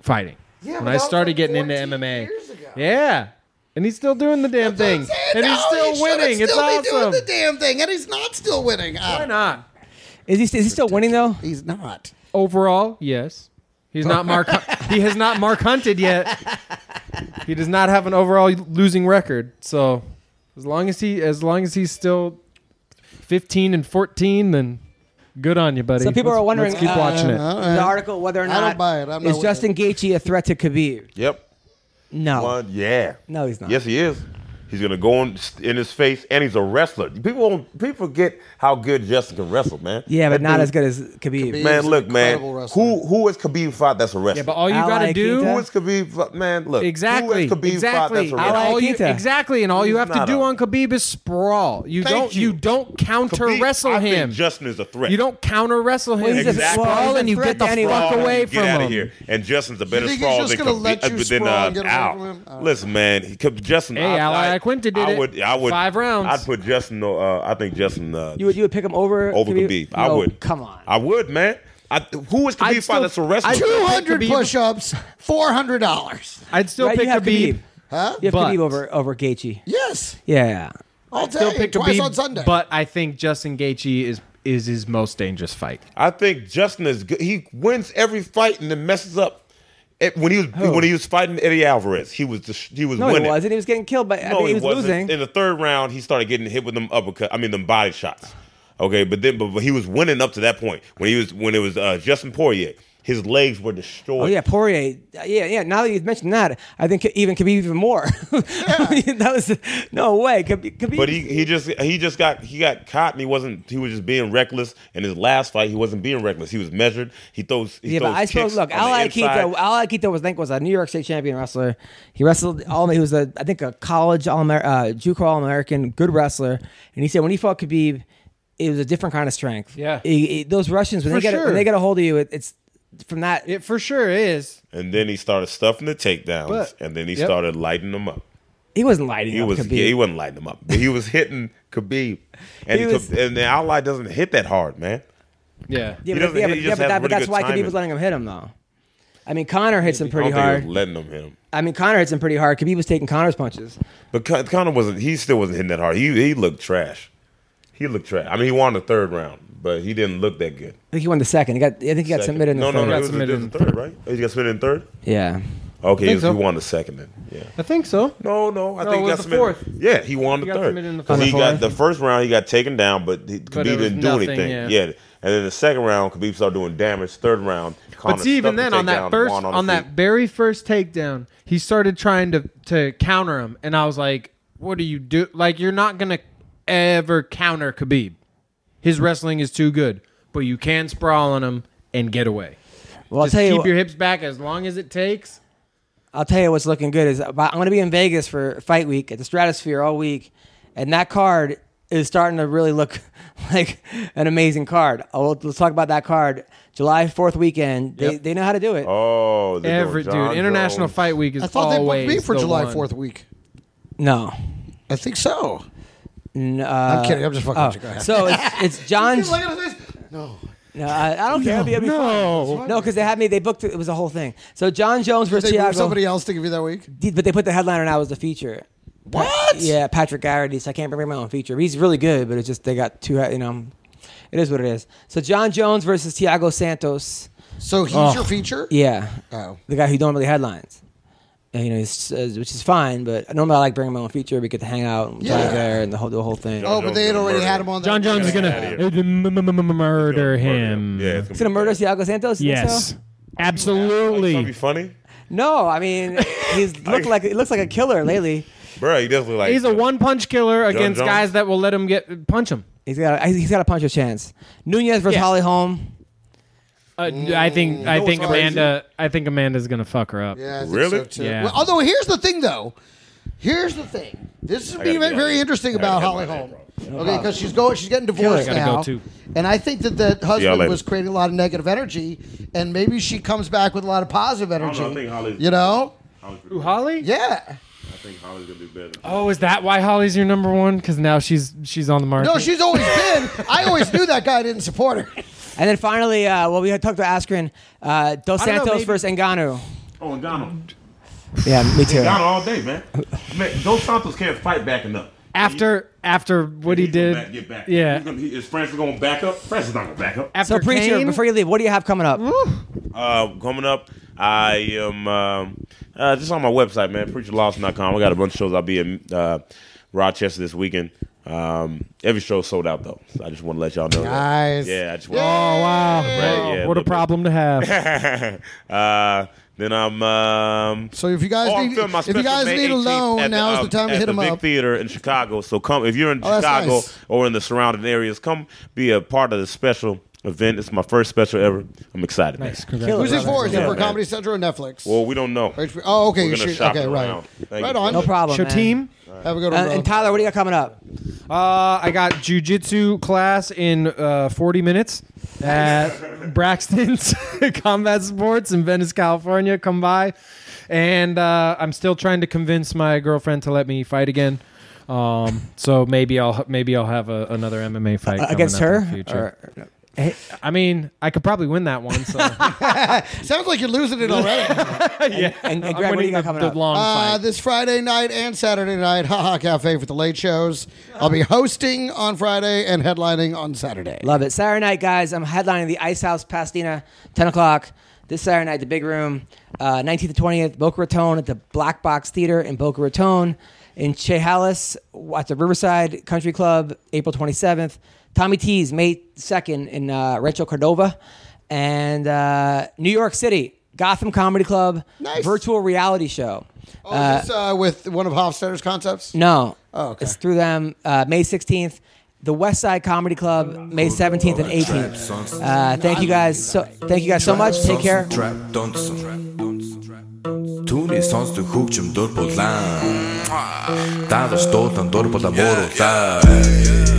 F: fighting.
G: Yeah, but
F: when
G: that
F: I
G: was
F: started
G: like
F: getting into
G: 14
F: MMA.
G: years ago.
F: Yeah, and he's still doing the damn thing,
G: I'm saying,
F: and he's
G: no,
F: still
G: he shouldn't
F: winning. it's
G: still be
F: awesome.
G: Doing the damn thing, and he's not still winning. I
F: why
G: don't-
F: not?
H: Is he is he still winning though?
G: He's not.
F: Overall, yes. He's not Mark. <laughs> Hun- he has not Mark hunted yet. He does not have an overall losing record. So, as long as he as long as he's still fifteen and fourteen, then Good on you, buddy.
H: Some people
F: Let's-
H: are wondering,
F: Let's keep
H: uh,
F: watching it.
I: All
H: The
I: right.
H: article whether or
G: I
H: not
G: don't buy it. I'm not
H: is
G: with
H: Justin Gaethje a threat to Khabib?
E: Yep.
H: No,
E: One, yeah.
H: No, he's not.
E: Yes, he is. He's gonna go in, in his face, and he's a wrestler. People don't, people forget how good Justin can wrestle, man.
H: yeah,
E: That
H: but not
E: dude-
H: as good as Khabib.
G: Khabib.
E: Man,
G: He's an
E: look, man.
G: incredible wrestler.
E: Who who is Khabib fought that's a wrestler?
F: Yeah, but all you
H: Ally
F: gotta do
H: Keita?
E: who is Khabib? fought- Man, look. Who
F: Exactly.
E: is Khabib fought
F: exactly.
E: that's a
F: And
E: wrestler?
H: Ally
F: all you,
H: Keita.
F: exactly. And all you
E: He's
F: have to
E: not
F: do
E: a-
F: on Khabib is sprawl. You
E: Thank
F: don't.
E: you.
F: You, don't counter
E: Khabib,
F: wrestle
E: I
F: him.
E: Think Justin is a threat.
F: you don't counter wrestle him.
H: Well, he's
F: you
E: a- Exactly. well,
F: sprawl
H: he's a
F: and you
H: threat
F: get the
H: to anyone.
F: fuck
E: Sprawl,
F: away
E: you
F: from
E: get out
F: him.
E: of here. And Justin's a
G: You
E: better
G: think he's
E: sprawl
G: just
E: than
G: gonna let you
E: Khabib. Than,
G: sprawl
E: uh,
G: and get away
E: Al.
G: from him? All right.
E: Listen, man. He, could- Justin.
F: Hey,
E: I,
F: Ally
E: I,
F: Quinta did
E: I
F: it.
E: Would, I would.
F: Five rounds.
E: I'd put Justin. Uh, I think Justin. Uh,
H: You would you would pick him over
E: over
H: Khabib?
E: Khabib. I
H: No,
E: would.
H: Come on.
E: I would, man. I, who is Khabib
F: I'd still-
E: fighting that's a wrestler?
F: I'd-
G: Two hundred
F: Khabib-
G: push-ups, four hundred dollars.
F: I'd still
H: Right,
F: pick
H: you have
F: Khabib.
H: Khabib. Huh? You have
F: But-
H: Khabib over over Gaethje.
G: Yes,
H: Yeah.
G: all
F: Still
G: day,
F: pick
G: twice
F: Khabib.
G: on Sunday.
F: But I think Justin Gaethje is is his most dangerous fight.
E: I think Justin is good. He wins every fight and then messes up. It- when he was when he was fighting Eddie Alvarez, he was dis- he was
H: No,
E: winning.
H: he wasn't. He was getting killed by. I mean, he, was
E: wasn't.
H: losing.
E: In the third round, he started getting hit with them uppercut. I mean, them body shots. Okay, but then but, but he was winning up to that point when he was when it was uh, Justin Poirier. His legs were destroyed.
H: Oh yeah, Poirier. Yeah, yeah. Now that you've mentioned that, I think even Khabib even more. <laughs> I mean, <laughs> that was no way. Khabib. Khabib
E: But he, he just he just got he got caught and he wasn't he was just being reckless. In his last fight, he wasn't being reckless. He was measured. He throws. He
H: yeah,
E: throws
H: but I suppose
E: kicks
H: look,
E: on the
H: Ally
E: inside.
H: Keita, Ally Keita was I think was a New York State champion wrestler. He wrestled all. He was a I think a college all Amer- uh, JUCO all American, good wrestler. And he said when he fought Khabib, it was a different kind of strength.
F: Yeah.
H: He- he- those Russians when
F: For
H: they get a-
F: sure.
H: when they get a hold of you, it, it's from that.
F: It for sure is.
E: And then he started stuffing the takedowns,
F: But-
E: and then he
F: yep.
E: started lighting them up.
H: he wasn't lighting.
E: He
H: up
E: was
H: Khabib.
E: yeah, he wasn't lighting them up, but he was
F: <laughs>
E: hitting Khabib, and
H: He
E: he
H: was-
E: and the outline doesn't hit that hard, man.
F: Yeah.
H: Yeah,
E: He
H: but,
E: doesn't-
H: yeah,
E: he just
H: but, yeah, but,
E: has
H: that, but
E: really
H: that's
E: good
H: why Khabib
E: timing.
H: was letting him hit him though. I mean, Connor hits him pretty
E: I don't
H: hard.
E: think he was letting them hit him,
H: I mean, Connor hits him pretty hard. Khabib was taking Connor's punches.
E: but Con- Conor wasn't. He still wasn't hitting that hard. He he looked trash. He looked trash. I mean, he won the third round, but he didn't look that good.
H: I think he won the second. He got. I think he got
E: Second.
H: submitted in the
E: no,
H: third.
E: no, no,
F: Got
E: it was, it was
F: submitted
E: the third, right? Oh, He got submitted in third.
H: Yeah.
E: Okay,
F: think
E: he, was,
F: so.
E: he won the second then. Yeah.
F: I think so.
E: No, no, I
F: No,
E: think he
F: it was
E: got
F: the
E: submitted.
F: fourth.
E: Yeah, he won the
F: got
E: third.
F: submitted in the
E: 'Cause he
F: fourth.
E: got the first round, he got taken down, but he,
F: But
E: Khabib
F: it was
E: didn't do
F: nothing,
E: anything.
F: yeah.
E: Yeah. and then the second round, Khabib started doing damage. Third round, Conor
F: But see, even
E: stuffed the
F: then, on
E: takedown,
F: that first,
E: won
F: on,
E: the feet.
F: that very first takedown, he started trying to to counter him, and I was like, "What do you do? Like, you're not gonna ever counter Khabib. His wrestling is too good, but you can sprawl on him and get away.
H: Well, I'll
F: Just
H: tell you.
F: keep
H: what-
F: your hips back as long as it takes.
H: I'll tell you what's looking good is about, I'm going to be in Vegas for Fight Week at the Stratosphere all week, and that card is starting to really look <laughs> like an amazing card. I'll, let's talk about that card. July Fourth weekend, they, they know how to do it.
E: Oh, they're
F: Every
E: doing John
F: dude, International
E: Jones.
F: Fight Week is
G: I thought they booked
F: always
G: me for
F: the
G: July
F: one.
G: Fourth week.
H: No,
G: I think so.
H: N- uh,
G: I'm kidding. I'm just fucking
H: oh,
G: with you. Go ahead.
H: <laughs> so it's, it's John.
G: Look at his face. No.
H: No, I, I don't care. It'll be, it'll be
F: no.
H: fine. no, because they had me. They booked it. It was a whole thing. So John Jones versus
G: They
H: Thiago.
G: moved somebody else to give you that week.
H: Did- but they put the headliner and I was the feature.
G: What?
H: Yeah, Patrick Garrity. So I can't bring my own feature. He's really good, but it's just they got two. You know, it is what it is. So John Jones versus Thiago Santos.
G: So he's
F: Oh.
G: your feature.
H: Yeah,
G: Oh.
H: the guy who normally headlines. And, you know, it's, uh, which is fine, but normally I like bringing my own feature. We get to hang out and
G: Yeah.
H: talk there and the whole, do a whole thing.
G: Oh, but they had already had him on.
F: John
G: there.
F: Jones is gonna
E: outta here.
F: uh, m- m- m- murder him.
E: Yeah,
H: He's gonna murder Thiago Santos. You think
F: Yes,
H: so?
E: That'd
F: absolutely.
E: be funny,
H: No, I mean
G: <laughs>
H: he's looked like he looks like a killer lately.
E: bro. He does look like
F: He's a one punch killer against
E: Jones?
F: guys that will let him get punch him.
H: He's got a, he's got a punch of chance. Nunez versus
F: Yeah.
H: Holly Holm.
F: Uh, I think I
E: Mm, what's
F: think
E: crazy?
F: Amanda I think Amanda's gonna fuck her up.
G: Yeah, I think
E: Really?
G: so, too.
F: Yeah.
G: Well, although here's the thing, though. Here's the thing. This will
E: gotta
G: be
E: be out of
G: very
E: here.
G: interesting
E: I gotta
G: about
E: get
G: Holly
E: my
G: Holm.
E: head
G: Okay, because she's going, she's getting divorced
F: Gotta go,
G: now,
F: too.
G: and I think that the husband
E: later.
G: was creating a lot of negative energy, and maybe she comes back with a lot of positive energy.
E: know, I think Holly's-
G: you know?
F: Who Holly?
G: Yeah.
E: I think Holly's gonna be better.
F: Oh, is that why Holly's your number one? Because now she's she's on the market.
G: No, she's always been. I always knew that guy didn't support her.
H: And then finally, uh, well, we had talked to Askren, uh, Dos
F: I don't know,
H: Santos
F: maybe-
H: versus Ngannou.
E: Oh, and Donald,
H: Yeah, me too.
E: Donald all day, man. man Dos Santos can't fight backing up.
F: after after what he
E: He's gonna
F: did.
E: back- get back. He's
F: Yeah.
E: gonna- he- is Francis going to back up? Francis not going to back up.
F: After
H: So, preacher,
F: Kane,
H: before you leave, what do you have coming
F: Hmm?
H: up?
E: Uh, coming up, I am um, uh, just on my website, man, preacherlost.com. I got a bunch of shows I'll be in. Uh, Rochester this weekend. Um, every show sold out though. So I just want to let y'all know. that.
G: Nice.
E: Yeah, I just want.
F: Oh wow!
E: Right, yeah,
F: what a
E: little bit.
F: problem
E: <laughs>
F: to have.
E: Uh, then I'm. Um,
G: So if you guys
E: Oh, I'm
G: need
E: filming my
G: if you
E: special
G: guys
E: May
G: need a
E: 18th
G: loan,
E: at the,
G: now's
E: um,
G: the time to
E: at
G: hit
E: the
G: them
E: Big
G: up.
E: Theater in Chicago. So come if you're in
G: Oh, that's
E: Chicago
G: nice.
E: or in the surrounding areas, come be a part of the special event. It's my first special ever. I'm excited. man.
G: Who's it for? Is it
E: Yeah,
G: for
E: man.
G: Comedy Central or Netflix?
E: Well, we don't know.
G: Or HBO? oh, okay.
E: We're
G: You
E: gonna
G: should.
E: shop
G: Okay,
E: it
G: right.
E: around. Thank
G: Right
E: you.
G: on.
H: No problem.
F: Your
H: man.
F: team.
G: Have a good one.
H: Uh,
G: bro.
H: and Tyler, what do you got coming up?
F: Uh, I got jujitsu class in uh, 40 minutes at Braxton's <laughs> Combat Sports in Venice, California. Come by. And uh, I'm still trying to convince my girlfriend to let me fight again. Um, so maybe I'll maybe I'll have a, another MMA fight coming
H: against
F: up in the
H: her?
F: future. Hey, I mean, I could probably win that one. So
G: Sounds like you're losing it <laughs> already.
H: <laughs> And,
F: <laughs>
H: and
F: I'm
H: Greg, what do you
F: winning
H: got
F: the,
H: coming
F: the
H: up?
F: long
G: uh,
F: fight.
G: this Friday night and Saturday night, Haha Cafe for the late shows. I'll be hosting on Friday and headlining on Saturday.
H: Love it. Saturday night, guys. I'm headlining the Ice House Pasadena, 10 o'clock. This Saturday night, the big room, uh, 19th to 20th, Boca Raton at the Black Box Theater in Boca Raton. In Chehalis at the Riverside Country Club, April 27th. Tommy T's, May 2nd in uh, Rancho Cordova. And uh, New York City, Gotham Comedy Club,
G: Nice.
H: virtual reality show.
G: Oh, is this uh, with one of Hofstadter's concepts?
H: No.
G: Oh, okay.
H: It's through them. Uh, May 16th, the West Side Comedy
G: Oh,
H: Club, May 17th and 18th. Uh, thank you guys. So, thank you guys so much. Take care.
A: Түүний сонсдог хөгжим дур булаан. Даалж дуулан дур булаан мууруулаа.